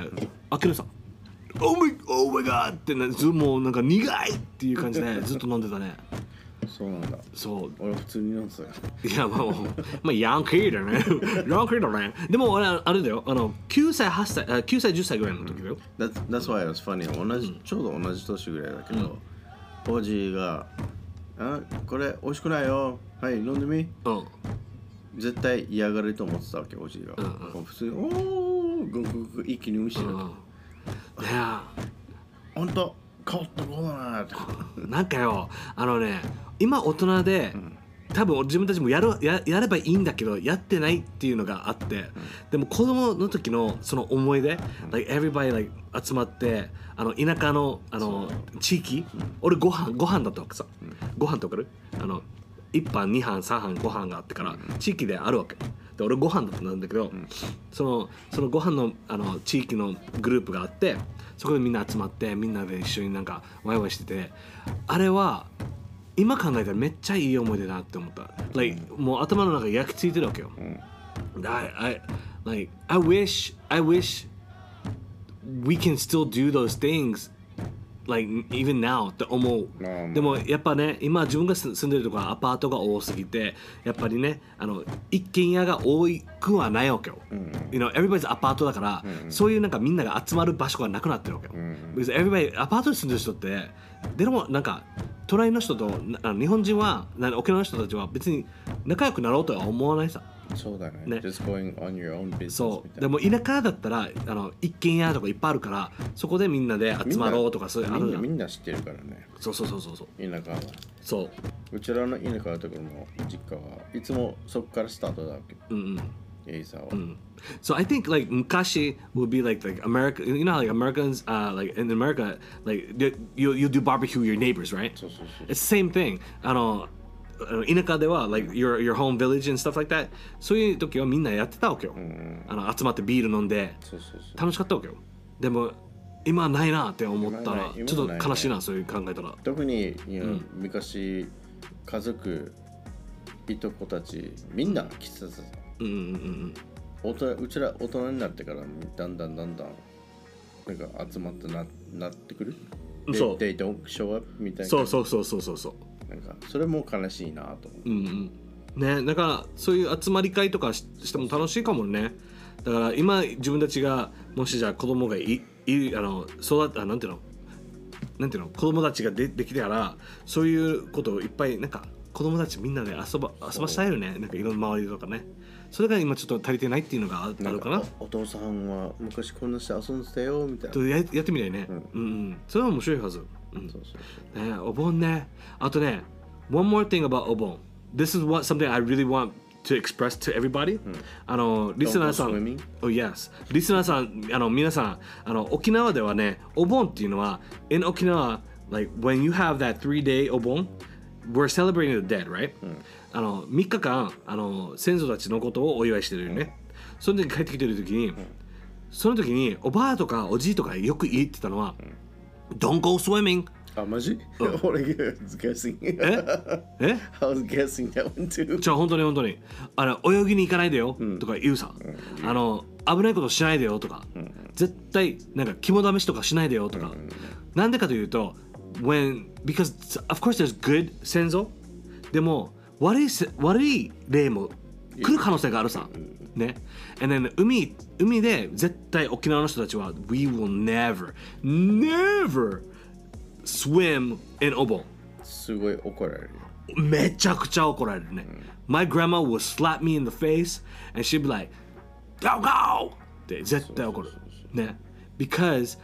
[SPEAKER 3] 開けるさ「オーマイオーマイガー!」ってなずもうなんか苦いっていう感じでずっと飲んでたね
[SPEAKER 1] そうなんだ
[SPEAKER 3] そう
[SPEAKER 1] 俺普通に飲んでたよ
[SPEAKER 3] いや、まあ、もうまあ、ヤンキーだね。 ヤンキーだね。でも、俺あれだよ。あの、9歳、8歳、あ9歳、10歳ぐらいの時だよ。
[SPEAKER 1] That's, that's why it was funny 同じちょうど同じ年ぐらいだけど、おじいが「あこれ美味しくないよはい飲んでみ
[SPEAKER 3] うん。」
[SPEAKER 1] 絶対嫌がると思ってたわけおじいが、
[SPEAKER 3] ん
[SPEAKER 1] 普通に「おおごくごく一気に美味しい
[SPEAKER 3] うん。
[SPEAKER 1] よ
[SPEAKER 3] いや、
[SPEAKER 1] ほんと変わったことだな」って
[SPEAKER 3] なんかよ、あのね、今大人で、多分自分たちもやるややればいいんだけどやってないっていうのがあって、でも子供の時のその思い出、like everybody like 集まってあの田舎のあの地域、俺ご飯ご飯だったわけさ、ご飯ってわかるあの1班2班3班ご飯があってから地域であるわけで俺ご飯だったんだけど、そのそのご飯のあの地域のグループがあってそこでみんな集まってみんなで一緒になんかワイワイしててあれは今考えたらめっちゃいい思い出だなって思った、like もう頭の中焼き付いてるわけよ、で I, I, like, I wish I wish we can still do those things like even now って思う、
[SPEAKER 1] うん
[SPEAKER 3] でもやっぱね今自分が住住んでるとこはアパートが多すぎてやっぱりねあの一軒家が多くはないわけよ、you know everybody's アパートだから、そういうなんかみんなが集まる場所がなくなってるわけよ、because everybody アパートに住んでる人ってでもなんか隣の人となあの日本人はな沖縄の人たちは別に仲良くなろうとは思わないさ、
[SPEAKER 1] そうだね
[SPEAKER 3] ね
[SPEAKER 1] Just going on your own business
[SPEAKER 3] そ
[SPEAKER 1] みた
[SPEAKER 3] う
[SPEAKER 1] いな
[SPEAKER 3] でも田舎だったらあの一軒家とかいっぱいあるからそこでみんなで集まろうとかそういうあ
[SPEAKER 1] みん
[SPEAKER 3] る
[SPEAKER 1] な
[SPEAKER 3] や
[SPEAKER 1] み
[SPEAKER 3] ん
[SPEAKER 1] んな知ってるからね
[SPEAKER 3] そうそうそうそうそう
[SPEAKER 1] 田舎は
[SPEAKER 3] そう
[SPEAKER 1] ちらの田舎のところの実家はいつもそこからスタートだわけ
[SPEAKER 3] ううんうん
[SPEAKER 1] エイサーは、
[SPEAKER 3] So I think like Mukashi would be like like America you know how, like Americans uh like in America like you you you do barbecue with your neighbors right
[SPEAKER 1] そうそうそう
[SPEAKER 3] It's the same thing あのあの田舎では like your your home village and stuff like that そういう時はみんなやってたわけよあの集まってビール飲んで
[SPEAKER 1] そうそうそう
[SPEAKER 3] 楽しかったわけよでも今はないなって思った
[SPEAKER 1] 今は
[SPEAKER 3] ら
[SPEAKER 1] ない今はないね
[SPEAKER 3] ちょっと悲しいなそういう考えたら
[SPEAKER 1] 特に、いや昔家族いとこたちみんな喫茶店
[SPEAKER 3] うんうんうんうん
[SPEAKER 1] 大人うちら大人になってからだんだんだんだんなんか集まってななってくるで
[SPEAKER 3] そう
[SPEAKER 1] They don't show up みたいな
[SPEAKER 3] そうそうそうそうそうそう
[SPEAKER 1] なんかそれも悲しいなと思う、
[SPEAKER 3] うんうんねだからそういう集まり会とかししても楽しいかもねだから今自分たちがもしじゃあ子供がいいあの育っあなんていうのなんていうの子供たちがでできたらそういうことをいっぱいなんか子供たちみんなで遊ば遊ばしたいよねなんかいろんな周りとかねそれが今ちょっと足りてないっていうのがああ
[SPEAKER 1] な
[SPEAKER 3] る
[SPEAKER 1] ん
[SPEAKER 3] かな
[SPEAKER 1] おお父さんは昔こんなして遊んでたよみたいな
[SPEAKER 3] とややってみたいね、うん、うんそれは面白いはず、うん
[SPEAKER 1] そうそう
[SPEAKER 3] ね、お盆ね。あとね、One more thing about お盆。This is what, something I really want to express to everybody、あの、リスナーさ
[SPEAKER 1] Don't go
[SPEAKER 3] ん
[SPEAKER 1] swimming.、
[SPEAKER 3] oh, yes. リスナーさん、あの、皆さん、あの、沖縄ではね、お盆っていうのは、in 沖縄、like, when you have that three day お盆、we're celebrating the dead, right?、あの、3日間、あの、先祖たちのことをお祝いしてるよね。その時帰ってきてる時に、その時に、おばあとかおじいとかよく言ってたのは、 Don't go swimming
[SPEAKER 1] あ、マジ、俺が was guessing.
[SPEAKER 3] ええ
[SPEAKER 1] I was guessing that one too.
[SPEAKER 3] じゃあ本当に本当にあの泳ぎに行かないでよとか言うさ、あの危ないことしないでよとか、絶対なんか肝試しとかしないでよとか、なんでかというと when because of course there's good 先祖でも悪いせ悪い例も来る可能性があるさ、ね and then 海海で絶対沖縄の人たちは we will never never swim in お盆
[SPEAKER 1] すごい怒られるよ。
[SPEAKER 3] めちゃくちゃ怒られるね。My grandma would slap me in the face and she'd be like, Go go! って絶対怒る。ね。Because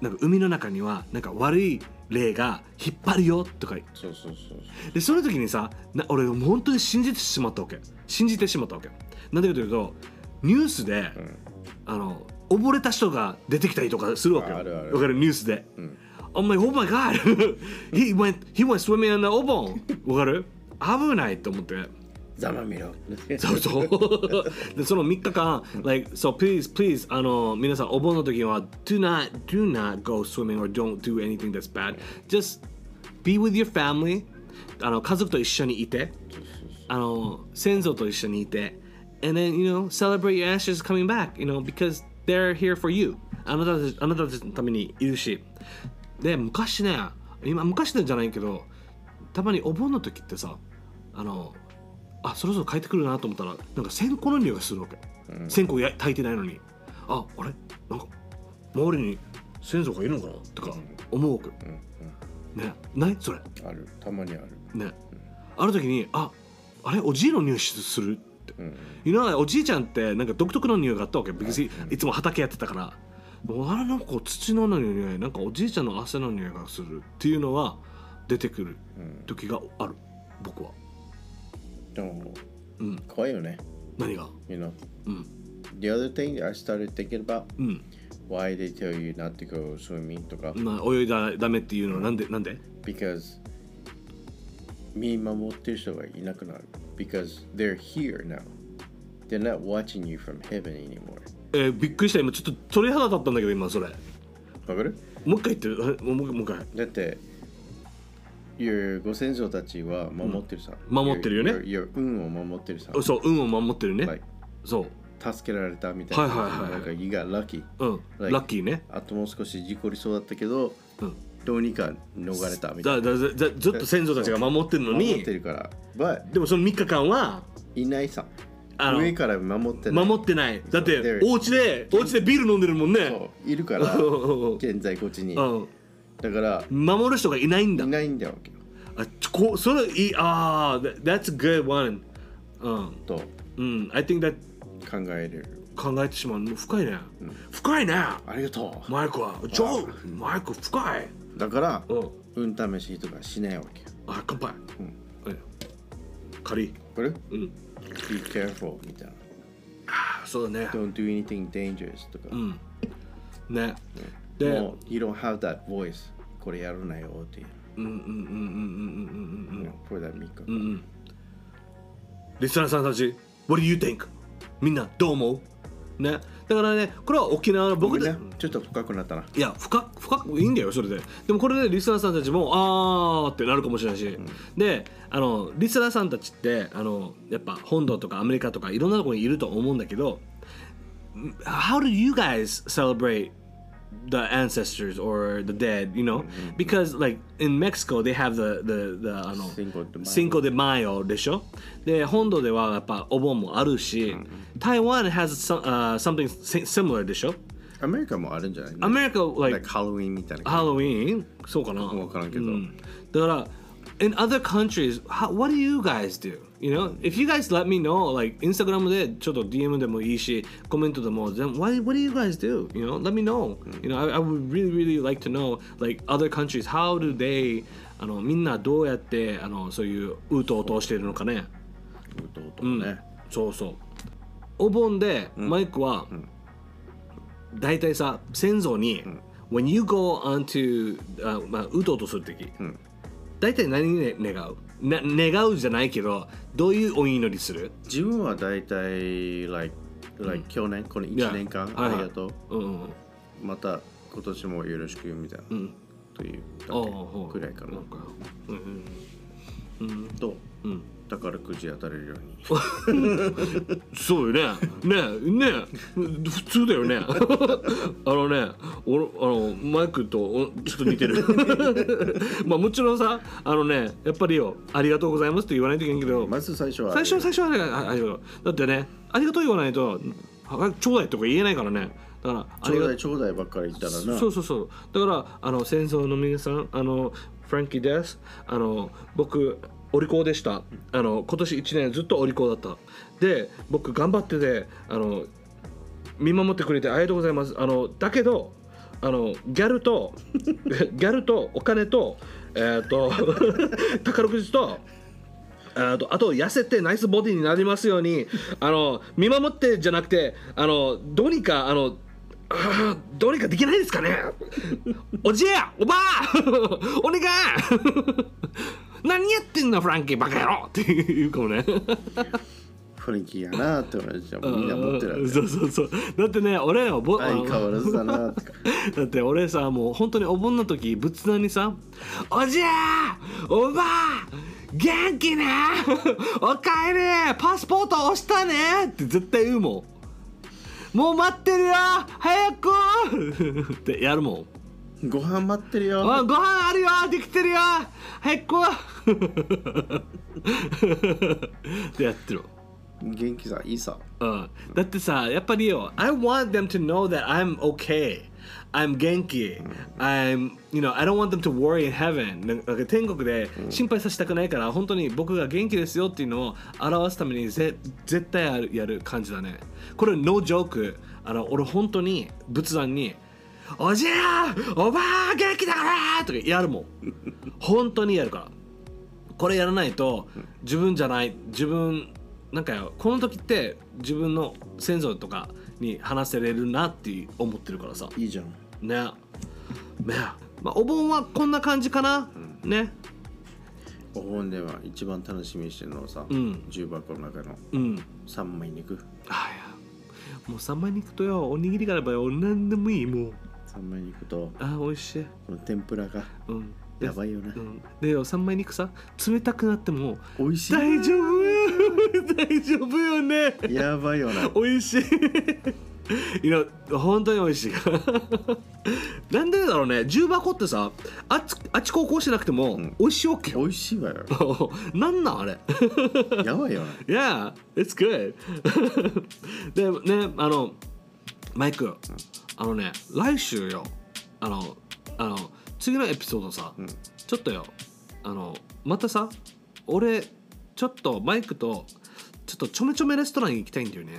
[SPEAKER 3] なんか海の中にはなんか悪い霊が引っ張るよとか
[SPEAKER 1] そうそうそうそ
[SPEAKER 3] でその時にさな俺本当に信じてしまったわけ信じてしまったわけなんでかというとニュースで、あの溺れた人が出てきたりとかするわけよ
[SPEAKER 1] あるある
[SPEAKER 3] わかるニュースで、お前 Oh my god he went he went swimming in the お盆わかる危ないと思って
[SPEAKER 1] う。ざまみろ。
[SPEAKER 3] そうそう。 で、その3日間、like, so please, please, あの、皆さん、お盆の時は、do not, do not go swimming or don't do anything that's bad. Just be with your family. あの、家族と一緒にいて、あの、先祖と一緒にいて、and then, you know, celebrate your ashes coming back, you know, because they're here for you. あなたたちあなたたちのためにいるし。で、昔ね、今、昔なんじゃないけど、たまにお盆の時ってさ、あの、あそろそろ帰ってくるなと思ったらなんか線香の匂いがするわけ、線香や炊いてないのにああれなんか周りに先祖がいるのかなとか思うわけ、ねないそれ
[SPEAKER 1] ある。たまにある。
[SPEAKER 3] ねある時にああれおじいの匂いするって、You know, like, おじいちゃんってなんか独特の匂いがあったわけ、別にいつも畑やってたからもうあれなんかこう土の匂いなんかおじいちゃんの汗の匂いがするっていうのは出てくる時がある、僕は
[SPEAKER 1] でも、
[SPEAKER 3] うん
[SPEAKER 1] 怖いよね。
[SPEAKER 3] 何が
[SPEAKER 1] You know.
[SPEAKER 3] うん
[SPEAKER 1] The other thing I started thinking about
[SPEAKER 3] うん
[SPEAKER 1] why they tell you not to go swimming とか、
[SPEAKER 3] まあ、泳いだらダメっていうのはなんでなんで
[SPEAKER 1] because 見守ってる人がいなくなる。because they're here now. They're not watching you from heaven anymore.
[SPEAKER 3] えーびっくりした今ちょっと鳥肌立ったんだけど今それ
[SPEAKER 1] わかる
[SPEAKER 3] もう一回言ってはいもうもうもう一回
[SPEAKER 1] だって、your ご先祖たちは守ってるさ。
[SPEAKER 3] うん守ってるよね
[SPEAKER 1] Your, your- your 運を守ってるさ。
[SPEAKER 3] そう運を守ってるね、
[SPEAKER 1] Like
[SPEAKER 3] そ
[SPEAKER 1] 助けられたみたいな。
[SPEAKER 3] はいはいはい
[SPEAKER 1] なんか、you got lucky.
[SPEAKER 3] ううん、
[SPEAKER 1] Like
[SPEAKER 3] ラッキーね
[SPEAKER 1] あともう少し事故りそうだったけど、
[SPEAKER 3] うん
[SPEAKER 1] どうにか逃れたみたい
[SPEAKER 3] だ
[SPEAKER 1] な。
[SPEAKER 3] だだだずっと先祖たちが守ってるの
[SPEAKER 1] 守っ
[SPEAKER 3] に
[SPEAKER 1] てるから。But
[SPEAKER 3] でもその3日間はい
[SPEAKER 1] ないさ。
[SPEAKER 3] あの
[SPEAKER 1] 上から守ってない。
[SPEAKER 3] 守ってないだっ
[SPEAKER 1] そう
[SPEAKER 3] て
[SPEAKER 1] there-
[SPEAKER 3] お家でお家でビール飲んでるもんね
[SPEAKER 1] そういるから現在こっちにだ
[SPEAKER 3] うん
[SPEAKER 1] から
[SPEAKER 3] 守る人がいないんだ
[SPEAKER 1] いないんだわけよ
[SPEAKER 3] あちょこそれいいああ that's a good one うん
[SPEAKER 1] と
[SPEAKER 3] うん I think that
[SPEAKER 1] 考えれる
[SPEAKER 3] 考えてしまう深いね、深いね
[SPEAKER 1] ありがと
[SPEAKER 3] マイクはジョーマイク深いう
[SPEAKER 1] だから
[SPEAKER 3] うん
[SPEAKER 1] 運試しとかしないわけよ
[SPEAKER 3] あ乾杯
[SPEAKER 1] ん
[SPEAKER 3] うんカリ
[SPEAKER 1] これ Be
[SPEAKER 3] ーうん
[SPEAKER 1] careful みたいな
[SPEAKER 3] あそうだね
[SPEAKER 1] Don't do anything dangerous とか
[SPEAKER 3] うんねで
[SPEAKER 1] もう You don't have that voice これやるなよっていう
[SPEAKER 3] うんうんうんうんうんうんうんうん
[SPEAKER 1] これだ3日
[SPEAKER 3] うんうんリスナーさんたち What do you think? みんなどう思うねだからねこれは沖縄の
[SPEAKER 1] ごめ
[SPEAKER 3] 僕
[SPEAKER 1] ん
[SPEAKER 3] で
[SPEAKER 1] ねちょっと深くなったない
[SPEAKER 3] や深く深くいいんだよそれででもこれでリスナーさんたちもあーってなるかもしれないし、であのリスナーさんたちってあのやっぱ本土とかアメリカとかいろんなところにいると思うんだけど How do you guys celebrate the ancestors or the dead you know because like in Mexico they have the the the あの
[SPEAKER 1] Cinco de Mayo
[SPEAKER 3] ンコでマヨでしょで本土ではやっぱお盆もあるし、台湾 has some,、uh, something si- similar でしょ
[SPEAKER 1] アメリカもあるんじゃない
[SPEAKER 3] アメリカ like
[SPEAKER 1] Like Halloween みたいな
[SPEAKER 3] ハ
[SPEAKER 1] 感
[SPEAKER 3] ロウィンそうかな
[SPEAKER 1] じわからんけど
[SPEAKER 3] だから In other countries, how, what do you guys do? You know, if you guys let me know, like Instagram でちょっと DM でもいいし、コメントでも、then what, what do you guys do? You know, let me know. You know, I, I would really, really like to know, like other countries, how do they, あのみんなどうやってあのそういうウトウトしているのかね。
[SPEAKER 1] ととかね
[SPEAKER 3] そうそうお盆でマイクは、大体さ先祖に、When you go onto あ、まあ、うとうとする時、大体何に、ね、願うな願うじゃないけどどういうお祈りする
[SPEAKER 1] 自分は大体 like like 去年この1年間
[SPEAKER 3] いや
[SPEAKER 1] ありがとう
[SPEAKER 3] うんうん
[SPEAKER 1] また今年もよろしくみたいな、という
[SPEAKER 3] ああは
[SPEAKER 1] だけくらいかな
[SPEAKER 3] なんかうんうんうん
[SPEAKER 1] と
[SPEAKER 3] うん
[SPEAKER 1] 宝くじ当たれるように
[SPEAKER 3] そうよね。ねえ、ねえ、普通だよね。 あのね、おあのマイクとおちょっと似てる。 まあもちろんさ、あのね、やっぱりよ、ありがとうございますって言わないといけないけど、
[SPEAKER 1] まず最初は
[SPEAKER 3] 最初は最初はねあありがとう。だってね、ありがとう言わないと、はちょうだいとか言えないからね。だからあ
[SPEAKER 1] ち
[SPEAKER 3] り
[SPEAKER 1] ょう
[SPEAKER 3] が
[SPEAKER 1] だいちょうだいばっかり言ったらな
[SPEAKER 3] そうそうそうだからあの戦争の皆さんあのフランキーですあの僕お利口でしたあの今年1年ずっとお利口だったで僕頑張っててあの見守ってくれてありがとうございますあのだけどあのギャルとギャルとお金とえっ、と 宝くじとあとあと痩せてナイスボディになりますよ うにあの見守ってじゃなくてあのどうにかあのあーどうにかできないですかね おじやおばあ お願い何やってんのフランキーバカ野郎っていうかもね
[SPEAKER 1] フリンキーやなって俺じゃみんな持ってるわけ
[SPEAKER 3] そうそうそうだってね俺らはぼ
[SPEAKER 1] 相変わらずだなって
[SPEAKER 3] だって俺さもう本当にお盆の時仏壇にさ「おじやーおばあ元気ねおかえりパスポート押したね」って絶対言うもんもう待ってるよ早くってやるもん
[SPEAKER 1] ご飯待ってるよ
[SPEAKER 3] あご飯あるよできてるよ早くってやってる
[SPEAKER 1] 元気さいいさ
[SPEAKER 3] うんだってさやっぱりよ I want them to know that I'm okay I'm 元気 I'm you know I don't want them to worry in heaven なんか天国で心配させたくないから本当に僕が元気ですよっていうのを表すためにぜ絶対あるやる感じだねこれ no joke あの俺本当に仏壇におじやおばあ元気だからとかやるもん本当にやるからこれやらないと自分じゃない自分なんかよこの時って自分の先祖とかに話せれるなって思ってるからさ
[SPEAKER 1] いいじゃん
[SPEAKER 3] ねねまあお盆はこんな感じかな、ね
[SPEAKER 1] お盆では一番楽しみにしてるのはさ、
[SPEAKER 3] ん
[SPEAKER 1] 重箱の中の
[SPEAKER 3] うん
[SPEAKER 1] 三枚肉
[SPEAKER 3] あいやもう三枚肉とよおにぎりがあればよ何でもいいもう
[SPEAKER 1] 三枚肉と
[SPEAKER 3] あー美味しい
[SPEAKER 1] この天ぷらが
[SPEAKER 3] うんで
[SPEAKER 1] やばいよな
[SPEAKER 3] うん、でよ三枚肉さ冷たくなっても
[SPEAKER 1] 美味し
[SPEAKER 3] 大丈夫 大丈夫よね
[SPEAKER 1] いやばいよな
[SPEAKER 3] 美味しいいや本当に美味しいなんでだろうね重箱ってさあつあっち高校しなくても美味しいわけよ、
[SPEAKER 1] 美味しいわよ
[SPEAKER 3] なんなんあれ
[SPEAKER 1] やばいよな
[SPEAKER 3] Yeah it's good でねあのマイクあのね来週よあのあの次のエピソードさ、ちょっとよあのまたさ俺ちょっとマイクとちょっとちょめちょめレストランに行きたいんだよね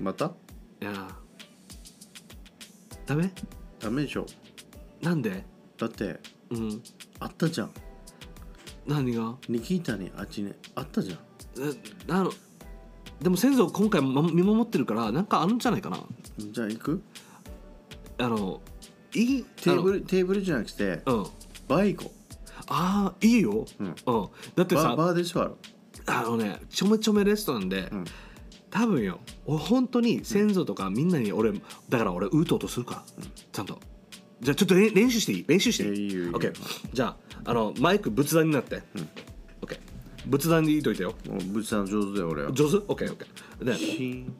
[SPEAKER 1] また
[SPEAKER 3] いやーダメ
[SPEAKER 1] ダメでしょ
[SPEAKER 3] なんで
[SPEAKER 1] だって
[SPEAKER 3] うん
[SPEAKER 1] あったじゃん
[SPEAKER 3] 何が
[SPEAKER 1] ニキータにあっちねあったじゃん
[SPEAKER 3] えあのでも先祖今回ま見守ってるからなんかあるんじゃないかな
[SPEAKER 1] じゃあ行く
[SPEAKER 3] あのいい
[SPEAKER 1] テーブ
[SPEAKER 3] ル
[SPEAKER 1] ルテーブルじゃなくて
[SPEAKER 3] うん
[SPEAKER 1] バイコ
[SPEAKER 3] あーいいよ、うんんだって
[SPEAKER 1] バ
[SPEAKER 3] さ
[SPEAKER 1] バーでしょ
[SPEAKER 3] あのねちょめちょめレストランで、
[SPEAKER 1] ん
[SPEAKER 3] 多分よ俺本当に先祖とかみんなに俺だから俺うとうとするから、ちゃんとじゃあちょっとれん練習していい練習して
[SPEAKER 1] い
[SPEAKER 3] い
[SPEAKER 1] やいい
[SPEAKER 3] い
[SPEAKER 1] よいいよ
[SPEAKER 3] OK じゃああのマイク仏壇になって、OK 仏壇にいといてよ
[SPEAKER 1] もうぶちさん上手だよ俺は
[SPEAKER 3] 上手 ?OKOK で
[SPEAKER 1] シーン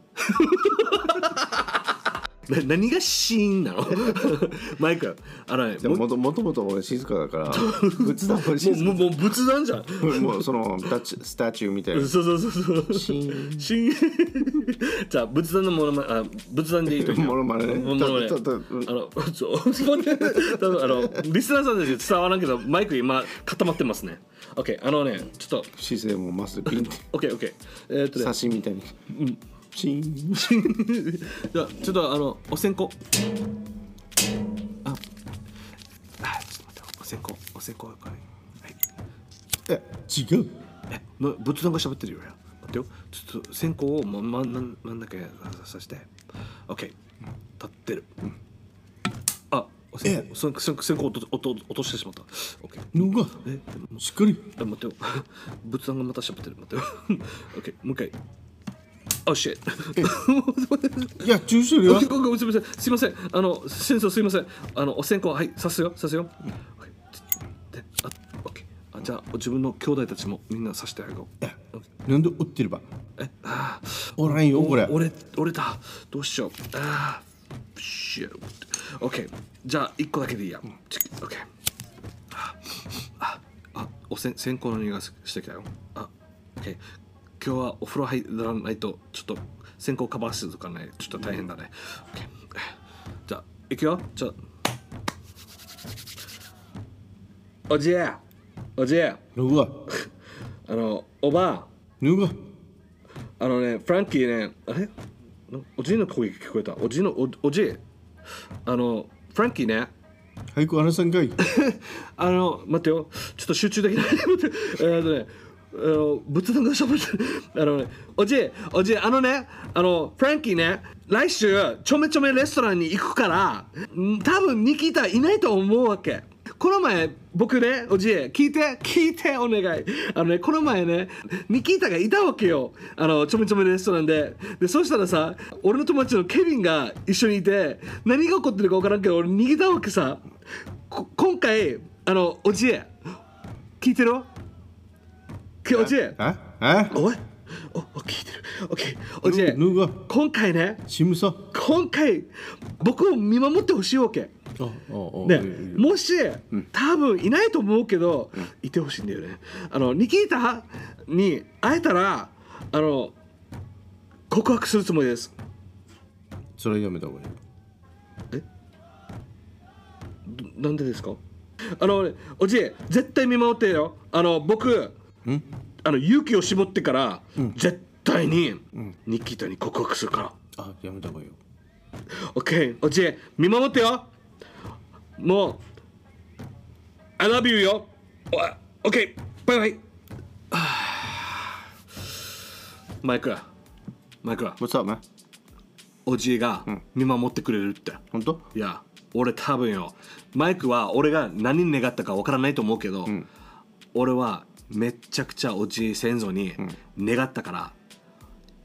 [SPEAKER 3] な何がシーンなの マイクあのね
[SPEAKER 4] で
[SPEAKER 3] も
[SPEAKER 4] もも
[SPEAKER 3] う
[SPEAKER 4] ともともと俺静かだから仏壇も静
[SPEAKER 3] もうもう仏壇じゃん
[SPEAKER 4] かもうそのタチスタチューみたいな
[SPEAKER 3] そうそうそうそう
[SPEAKER 4] シーン
[SPEAKER 3] シーン じゃあ仏壇のものまあ仏壇でいいと
[SPEAKER 4] モノマネね
[SPEAKER 3] モノマネ
[SPEAKER 4] たたたうん
[SPEAKER 3] あの そう多分あのリスナーさんたち伝わらんけどマイク今固まってますね OK あのねちょっ
[SPEAKER 4] 姿勢もまっすぐピンって
[SPEAKER 3] と OKOK えーっとね
[SPEAKER 4] 刺しみたいにシーン
[SPEAKER 3] じゃあちょっとあのお線香ああちょっと待ってお線香お線香これはい
[SPEAKER 4] え違う
[SPEAKER 3] えな仏壇が喋ってるよ待ってよちょっと線香をままなん真ん中に刺して OK 立ってる、あお線
[SPEAKER 4] え
[SPEAKER 3] 香線線線香落と落と落としてしまった OK
[SPEAKER 4] のが
[SPEAKER 3] えでも
[SPEAKER 4] しっかり
[SPEAKER 3] あ待ってよ 仏壇がまた喋ってる待ってよ OK もう一回あ、シェ
[SPEAKER 4] いや注射よ
[SPEAKER 3] すみません、すみません、あの、戦争すみません、あの、お線香、はい、刺すよ、刺すよ。はいじゃあ自分の兄弟たちもみんなさしてあげよう
[SPEAKER 1] なんで売ってればおらんよこれ
[SPEAKER 3] お折れ折れたどうしようあーシュッ OK じゃあ1個だけでいいや、チキ OK ああおせん線香の匂いがしてきたよあ OK 今日はお風呂入らないとちょっと線香カバーするとかねちょっと大変だね、OK じゃあ行くよじゃあおじいおじいあ
[SPEAKER 1] 脱ぐわ
[SPEAKER 3] のおばあ
[SPEAKER 1] 脱ぐわ
[SPEAKER 3] あのね、フランキーね、あれのおじいの声が聞こえた。おじいの、おおじい。あの、フランキーね、
[SPEAKER 1] 早く話さんかい
[SPEAKER 3] あの、待ってよ、ちょっと集中できない。待ってえーっとね、あの、仏壇がしゃべってあのね、おじい、おじい、あのね、あの、フランキーね、来週、ちょめちょめレストランに行くから、ん多分ニキータいないと思うわけ。この前、僕ね、おじい、聞いて、聞いて、お願い。あのね、この前ね、ニキータがいたわけよ。あの、ちょめちょめレストランで。で、そしたらさ、俺の友達のケビンが一緒にいて、何が起こってるか分からんけど、俺逃げたわけさ。こ今回、あの、おじい、聞いてるきおじい、
[SPEAKER 1] ああ
[SPEAKER 3] おい、お、お聞いてる。オッケー、おじい
[SPEAKER 1] 脱、ぐわ
[SPEAKER 3] 今回ね、
[SPEAKER 1] シムさ
[SPEAKER 3] 今回、僕を見守ってほしいわけ。
[SPEAKER 1] ああ
[SPEAKER 3] ね、もし、多分いないと思うけど、いてほしいんだよねあのニキータに会えたらあの告白するつもりです
[SPEAKER 1] それやめた方がいい
[SPEAKER 3] どなんでですかあのおじい絶対見守ってよあの僕あの勇気を絞ってから、絶対に、ニキータに告白するから
[SPEAKER 1] あやめた方がいいよ
[SPEAKER 3] OK おじい見守ってよもう I love you よお OK バイバイあーマイクマイク
[SPEAKER 1] What's up man
[SPEAKER 3] おじいが見守ってくれるって、
[SPEAKER 1] 本当
[SPEAKER 3] いや俺多分よマイクは俺が何に願ったかわからないと思うけど、俺はめっちゃくちゃおじい先祖に願ったから、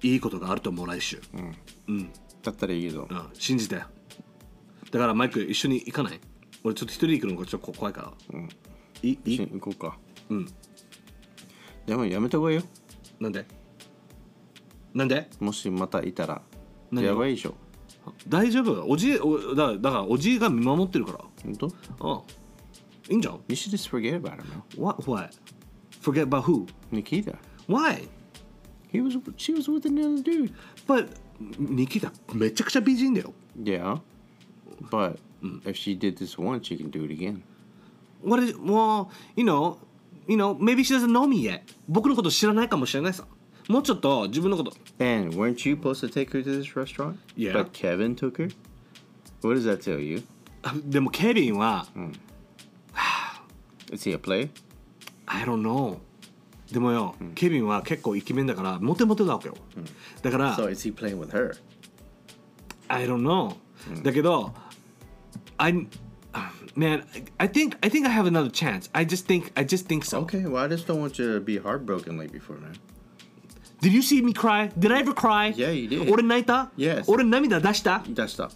[SPEAKER 3] いいことがあると思う来週、
[SPEAKER 1] だったらいいけど
[SPEAKER 3] うん、信じてだからマイク一緒に行かない俺ちょっと一人で行くのがちょっと怖いから
[SPEAKER 1] いい一緒に行こうか
[SPEAKER 3] うん
[SPEAKER 1] でもやめた方がいいよ
[SPEAKER 3] なんでなんで
[SPEAKER 1] もしまたいたら
[SPEAKER 3] 何が
[SPEAKER 1] やばいでしょ
[SPEAKER 3] 大丈夫おじいおだだからおじいが見守ってるから
[SPEAKER 1] 本当
[SPEAKER 3] うんいいんじゃん
[SPEAKER 1] You should just forget about it man
[SPEAKER 3] What? Why? Forget about who?
[SPEAKER 1] Nikita
[SPEAKER 3] Why?
[SPEAKER 1] He was she was with another dude
[SPEAKER 3] But ニキータめちゃくちゃ美人だよ
[SPEAKER 1] Yeah But if she did this once she can do it again
[SPEAKER 3] What is, well, you know, you know, maybe she doesn't know me yet 僕のこと知らないかもしれないさもうちょっと自分のこと
[SPEAKER 1] And weren't you supposed to take her to this restaurant?
[SPEAKER 3] Yeah.
[SPEAKER 1] But Kevin took her? What does that tell you?
[SPEAKER 3] あでもケビンは、
[SPEAKER 1] Is he a play?
[SPEAKER 3] I don't know でもよ、ケビンは結構イケメンだからモテモテだわけよ、だから
[SPEAKER 4] So is he playing with her?
[SPEAKER 3] I don't know、だけど I man I think I think I have another chance I just think I just think so
[SPEAKER 1] Okay, well, I just don't want you to be heartbroken like before, man.
[SPEAKER 3] Did you see me cry? Did I ever cry?
[SPEAKER 1] Yeah, you did.
[SPEAKER 3] 俺泣いた
[SPEAKER 1] Yes.
[SPEAKER 3] 俺涙出した
[SPEAKER 1] That's up.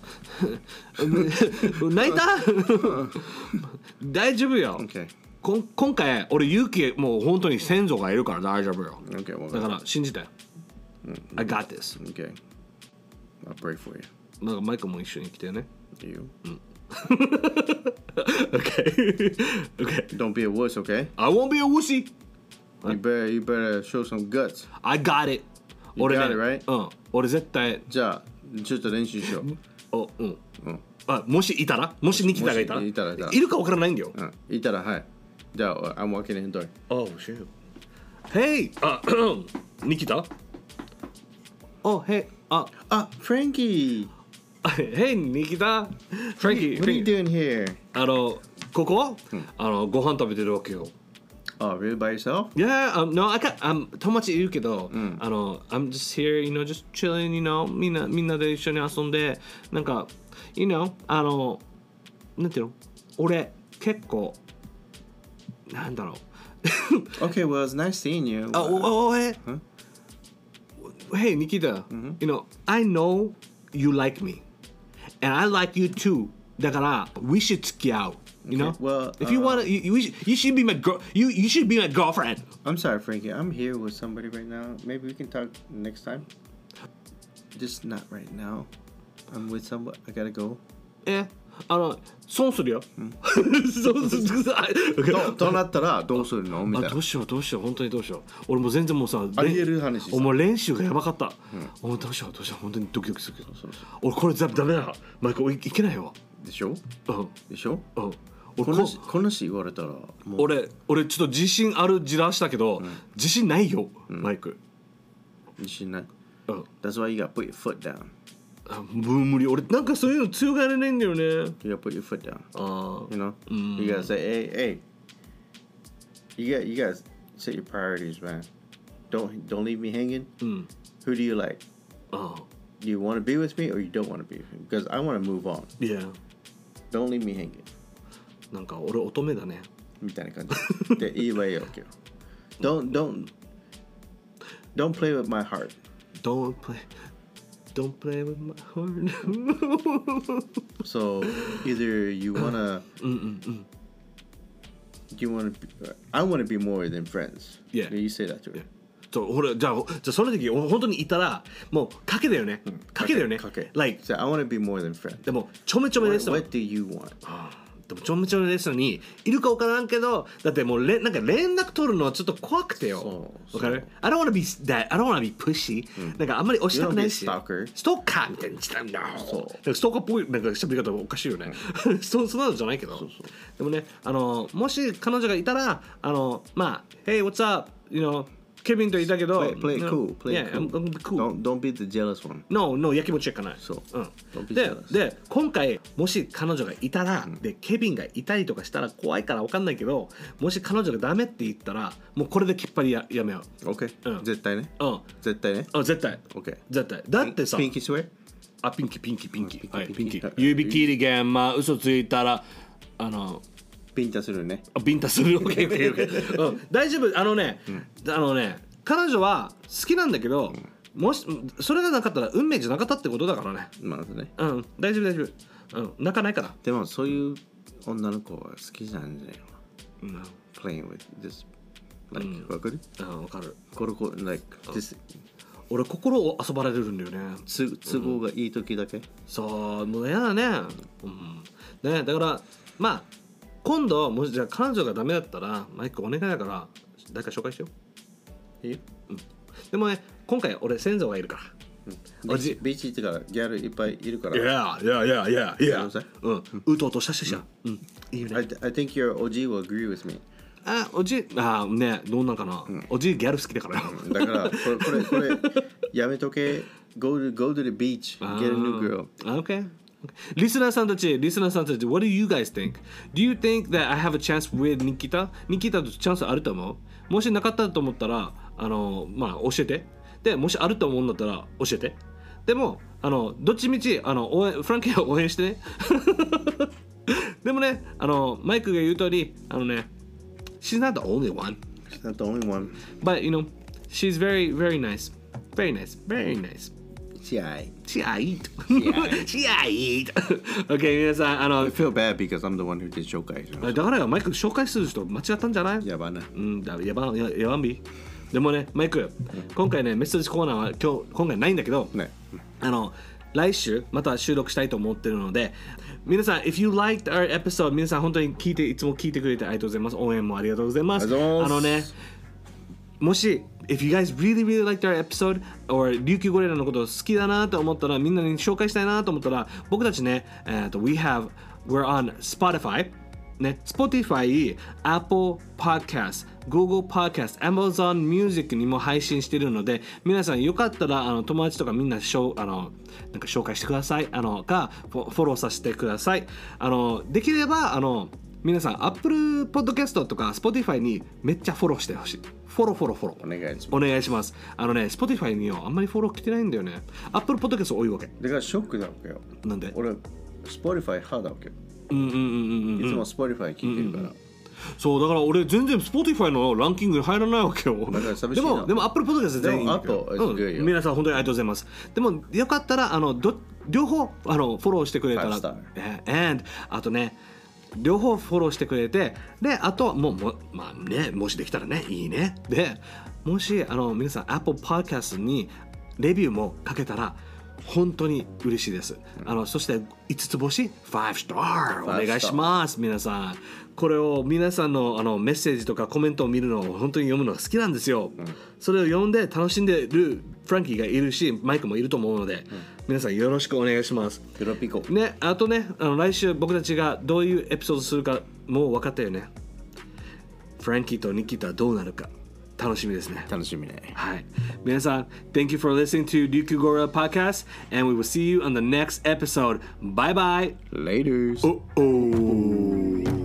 [SPEAKER 3] 泣いた大丈夫よ、
[SPEAKER 1] Okay.
[SPEAKER 3] こん今回俺勇気もう本当に先祖がいるから大丈夫よ、
[SPEAKER 1] Okay, well,
[SPEAKER 3] だから信じて、I got this
[SPEAKER 1] Okay. I'll pray for you.
[SPEAKER 3] なんかマイクも一緒に来てね
[SPEAKER 1] You.
[SPEAKER 3] OK OK
[SPEAKER 1] Don't be a wuss, okay?
[SPEAKER 3] I won't be a wussy
[SPEAKER 1] You better you better show some guts.
[SPEAKER 3] I got it 俺ね
[SPEAKER 1] got it,
[SPEAKER 3] うん俺絶対
[SPEAKER 1] Ja, just an inch show.
[SPEAKER 3] おうん、あもしいたらもしニキタがいたら
[SPEAKER 1] もしいたらいたら
[SPEAKER 3] るかわからないんだよ、
[SPEAKER 1] Uh, hi. Ja, uh, I'm walking in the door.
[SPEAKER 3] Oh shit. Hey! あ、 ニキタ Oh, hey! あ、
[SPEAKER 1] Ah, Frankie!
[SPEAKER 3] Hey, ニキタ Frankie,
[SPEAKER 1] What are you
[SPEAKER 3] Frankie.
[SPEAKER 1] doing here?
[SPEAKER 3] あの、ここ、あの、ご飯食べてるわけよ。
[SPEAKER 1] Oh, really by yourself?
[SPEAKER 3] Yeah, um, no, I can't, um, 友達いるけど、あの、I'm just here, you know, just chilling, you know, みんな、みんなで一緒に遊んで、なんか、you know, あの、なんていうの俺、結構、なんだろう。
[SPEAKER 1] Okay, well, it's nice seeing you.
[SPEAKER 3] Oh, oh, oh, hey. Hey, Nikita. You know, I know you like me. And I like you too. だから、we should 付き合う。 You know,
[SPEAKER 1] well,
[SPEAKER 3] if you
[SPEAKER 1] uh,
[SPEAKER 3] want to, you, you, should- you should be my girl. You you should be my girlfriend.
[SPEAKER 1] I'm sorry, Frankie. I'm here with somebody right now. Maybe we can talk next time. Just not right now. I'm with someone. I gotta go.
[SPEAKER 3] え、あの損するよ。 損する。あ
[SPEAKER 1] ととなったらどうするのみたい
[SPEAKER 3] あ
[SPEAKER 1] な
[SPEAKER 3] どう。しようどうしよう本当にどうしよう。俺もう全然もうさ、
[SPEAKER 1] ありえる話さ
[SPEAKER 3] おもう練習がやばかった。おどうしようどうしよう本当にドキドキするけど。俺これダダメだ。マイクいいけないよ。
[SPEAKER 1] でしょ
[SPEAKER 3] うんうん。
[SPEAKER 1] でしょ
[SPEAKER 3] 俺
[SPEAKER 1] こ
[SPEAKER 3] こ
[SPEAKER 1] のしこのし言われたらもう
[SPEAKER 3] 俺俺ちょっと自信ある自らしたけど、自信ないよ、マイク。
[SPEAKER 1] 自信ない。
[SPEAKER 3] うん。
[SPEAKER 1] That's why you gotta put your foot down.
[SPEAKER 3] あもう無理俺なんかそういうの強がれないんだよね。
[SPEAKER 1] You gotta put your foot down.
[SPEAKER 3] ああ。
[SPEAKER 1] You know? You gotta say, hey, hey. You got you gotta set your priorities, man. Don't don't leave me hanging.
[SPEAKER 3] うん。
[SPEAKER 1] Who do you like?
[SPEAKER 3] ああ。
[SPEAKER 1] Do you want to be with me or you don't want to be with me? Because I want to move on.
[SPEAKER 3] いや。
[SPEAKER 1] Don't leave me hanging.
[SPEAKER 3] なんか俺乙女だね。
[SPEAKER 1] みたいな感じで言えばいいわけよ。Don't, don't, don't play with my heart.
[SPEAKER 3] Don't play Don't play with my heart
[SPEAKER 1] So either you wanna,
[SPEAKER 3] Mm,
[SPEAKER 1] you wanna, be, uh, I wanna be more than friends.
[SPEAKER 3] Yeah.
[SPEAKER 1] You say that to her.
[SPEAKER 3] そう俺じゃあじゃあその時俺本当にいたらもう賭けだよね賭けだよね
[SPEAKER 1] Okay.
[SPEAKER 3] Like
[SPEAKER 1] Say, I wanna be more than friends.
[SPEAKER 3] でもちょめちょめレ
[SPEAKER 1] What,
[SPEAKER 3] ストラン
[SPEAKER 1] what do you want?
[SPEAKER 3] でもちょめちょめレストランにいるか分からんけどだってもうれなんか連絡取るのはちょっと怖くてよ
[SPEAKER 1] そう
[SPEAKER 3] わかる I don't wanna be that I don't wanna be pushy、なんかあんまり押したくないし
[SPEAKER 1] You don't be a stalker
[SPEAKER 3] ストーカーみたいにしたんだ
[SPEAKER 1] そう
[SPEAKER 3] なんかストーカーっぽいなんか喋り方がおかしいよね、 そそんなのじゃないけどでもねあのもし彼女がいたらあのまあ「Hey what's up?」You know ケビンといたけど
[SPEAKER 1] Play, play
[SPEAKER 3] you know,
[SPEAKER 1] cool. Play
[SPEAKER 3] Oh, yeah,
[SPEAKER 1] cool.
[SPEAKER 3] I'm- I'm cool.
[SPEAKER 1] Don't, don't be the jealous one.
[SPEAKER 3] No, no, やきもちやかない。
[SPEAKER 1] そう
[SPEAKER 3] う
[SPEAKER 1] Don't
[SPEAKER 3] ん、
[SPEAKER 1] be
[SPEAKER 3] で
[SPEAKER 1] jealous
[SPEAKER 3] で、今回、もし彼女がいたら、で、ケビンがいたりとかしたら怖いから分かんないけど、もし彼女がダメって言ったら、もうこれできっぱりややめよ
[SPEAKER 1] Okay.
[SPEAKER 3] うん
[SPEAKER 1] 絶対ね。
[SPEAKER 3] う。うん。
[SPEAKER 1] 絶対ね。
[SPEAKER 3] あ絶対。
[SPEAKER 1] Okay.
[SPEAKER 3] 絶対。だってさ、
[SPEAKER 1] ピンキースウェイ
[SPEAKER 3] あ、ピンキ、ピンキ、ピンキ。はい、ピ
[SPEAKER 1] ピ
[SPEAKER 3] ン
[SPEAKER 1] ン
[SPEAKER 3] キ
[SPEAKER 1] キ。
[SPEAKER 3] 指切りゲンマ、嘘ついたら、あの、
[SPEAKER 1] ピンタするね。
[SPEAKER 3] あビンタする OK OK OK うん大丈夫あのね、あのね彼女は好きなんだけど、もしそれがなかったら運命じゃなかったってことだからね
[SPEAKER 1] まずね。
[SPEAKER 3] うん大丈夫大丈夫うん泣かないから
[SPEAKER 1] でもそういう女の子は好きなんじゃないの
[SPEAKER 3] うん
[SPEAKER 1] ?Playing with this. Like,
[SPEAKER 3] うん
[SPEAKER 1] わかる
[SPEAKER 3] うんわかる
[SPEAKER 1] これこれ、like,
[SPEAKER 3] Oh.
[SPEAKER 1] this,
[SPEAKER 3] 俺心を遊ばれるんだよね
[SPEAKER 1] つ都合がいい時だけ。
[SPEAKER 3] そうもう嫌だねうんねだからまあ今度もしじゃあ彼女がダメだったらマイクお願いだから誰か紹介してよ
[SPEAKER 1] いいよ
[SPEAKER 3] でもね今回俺先祖がいるか
[SPEAKER 1] ビ
[SPEAKER 3] らお
[SPEAKER 1] ー
[SPEAKER 3] じ
[SPEAKER 1] チビーチ行ってからギャルいっぱいいるから。
[SPEAKER 3] やいやいやいやい
[SPEAKER 1] や
[SPEAKER 3] うんうとうとしたしたしたうんいいよね
[SPEAKER 1] I, I think your OG will agree with me.
[SPEAKER 3] あおじいあねどうなんかな、おじいギャル好きだからよ
[SPEAKER 1] だから、これ、これ、これやめとけ。Go to, go to the beach. Get a new girl.
[SPEAKER 3] Okay. Listener さんたち、リスナーさんたち、What do you guys think? Do you think that I have a chance with Nikita? Nikita とチャンスあると思うもしなかったと思ったら、あの、まあ、教えて。で、もしあると思うんだったら、教えて。でも、あの、どっちみち、あの、応援、フランケンを応援してね。 でもね、あの、マイクが言う通り、あのね、She's not the only one.
[SPEAKER 1] She's not the only one.
[SPEAKER 3] But, you know, she's very, very nice. Very nice. Very nice.
[SPEAKER 1] See, I
[SPEAKER 3] チアイ ート。チアイート。OK、皆 さん、あの、
[SPEAKER 1] feel bad because I'm the one who did 紹介。
[SPEAKER 3] だからよマイク紹介する人間違ったんじゃない
[SPEAKER 1] やばな。
[SPEAKER 3] うん、だやば、ややばんび。でもね、マイク、今回ね、メッセージコーナーは今日、今回ないんだけど、
[SPEAKER 1] ね。
[SPEAKER 3] あの、来週また収録したいと思ってるので、皆さん、if you liked our episode、皆さん本当に聞いて、いつも聞いてくれてありがとうございます。応援もありがとうございます。
[SPEAKER 1] ありがとうございます
[SPEAKER 3] のね、もし、if you guys really really liked our episode or 琉球ゴリラのこと好きだなと思ったらみんなに紹介したいなと思ったら僕たちね、えーと we have we're on Spotify ね Spotify Apple Podcast Google Podcast Amazon Music にも配信しているので皆さんよかったらあの友達とかみんなしょうあのなんか紹介してくださいあのかフォフォローさせてくださいあのできればあの皆さん Apple Podcast とか Spotify にめっちゃフォローしてほしいフォローフォローフォロー
[SPEAKER 1] お願いします
[SPEAKER 3] お願いしますあのね Spotify によあんまりフォロー来てないんだよね Apple Podcast 多いわけ
[SPEAKER 1] だからショックだわけよ。
[SPEAKER 3] なんで
[SPEAKER 1] 俺、Spotify 派だわけよ。
[SPEAKER 3] うんうんうんうん
[SPEAKER 1] いつも Spotify 聞いてるから。
[SPEAKER 3] そうだから俺全然 Spotify のランキングに入らないわけよ
[SPEAKER 1] だから寂し
[SPEAKER 3] で
[SPEAKER 1] いな
[SPEAKER 3] もでも Apple Podcast 全員いいんだけど
[SPEAKER 1] でも Apple is good
[SPEAKER 3] うん、
[SPEAKER 1] よ
[SPEAKER 3] 皆さん本当にありがとうございますでもよかったらあのど両方あのフォローしてくれたら
[SPEAKER 1] Five star
[SPEAKER 3] えー and あとね両方フォローしてくれてであとはもうも,、まあね、もしできたらねいいねでもしあの皆さん Apple Podcast にレビューもかけたら本当に嬉しいです、あのそして5つ星5スターお願いします皆さんこれを皆さんのあのメッセージとかコメントを見るのを本当に読むのが好きなんですよ、それを読んで楽しんでるフランキーがいるしマイクもいると思うので、皆さんよろしくお願いします
[SPEAKER 4] ピロピコ
[SPEAKER 3] ねあとねあの来週僕たちがどういうエピソードするかもう分かったよねフランキーとニキータはどうなるか楽しみですね
[SPEAKER 1] 楽しみね。
[SPEAKER 3] はい皆さん Thank you for listening to Ryukyu Gorilla Podcast and we will see you on the next episode bye bye
[SPEAKER 1] Later.
[SPEAKER 3] おおー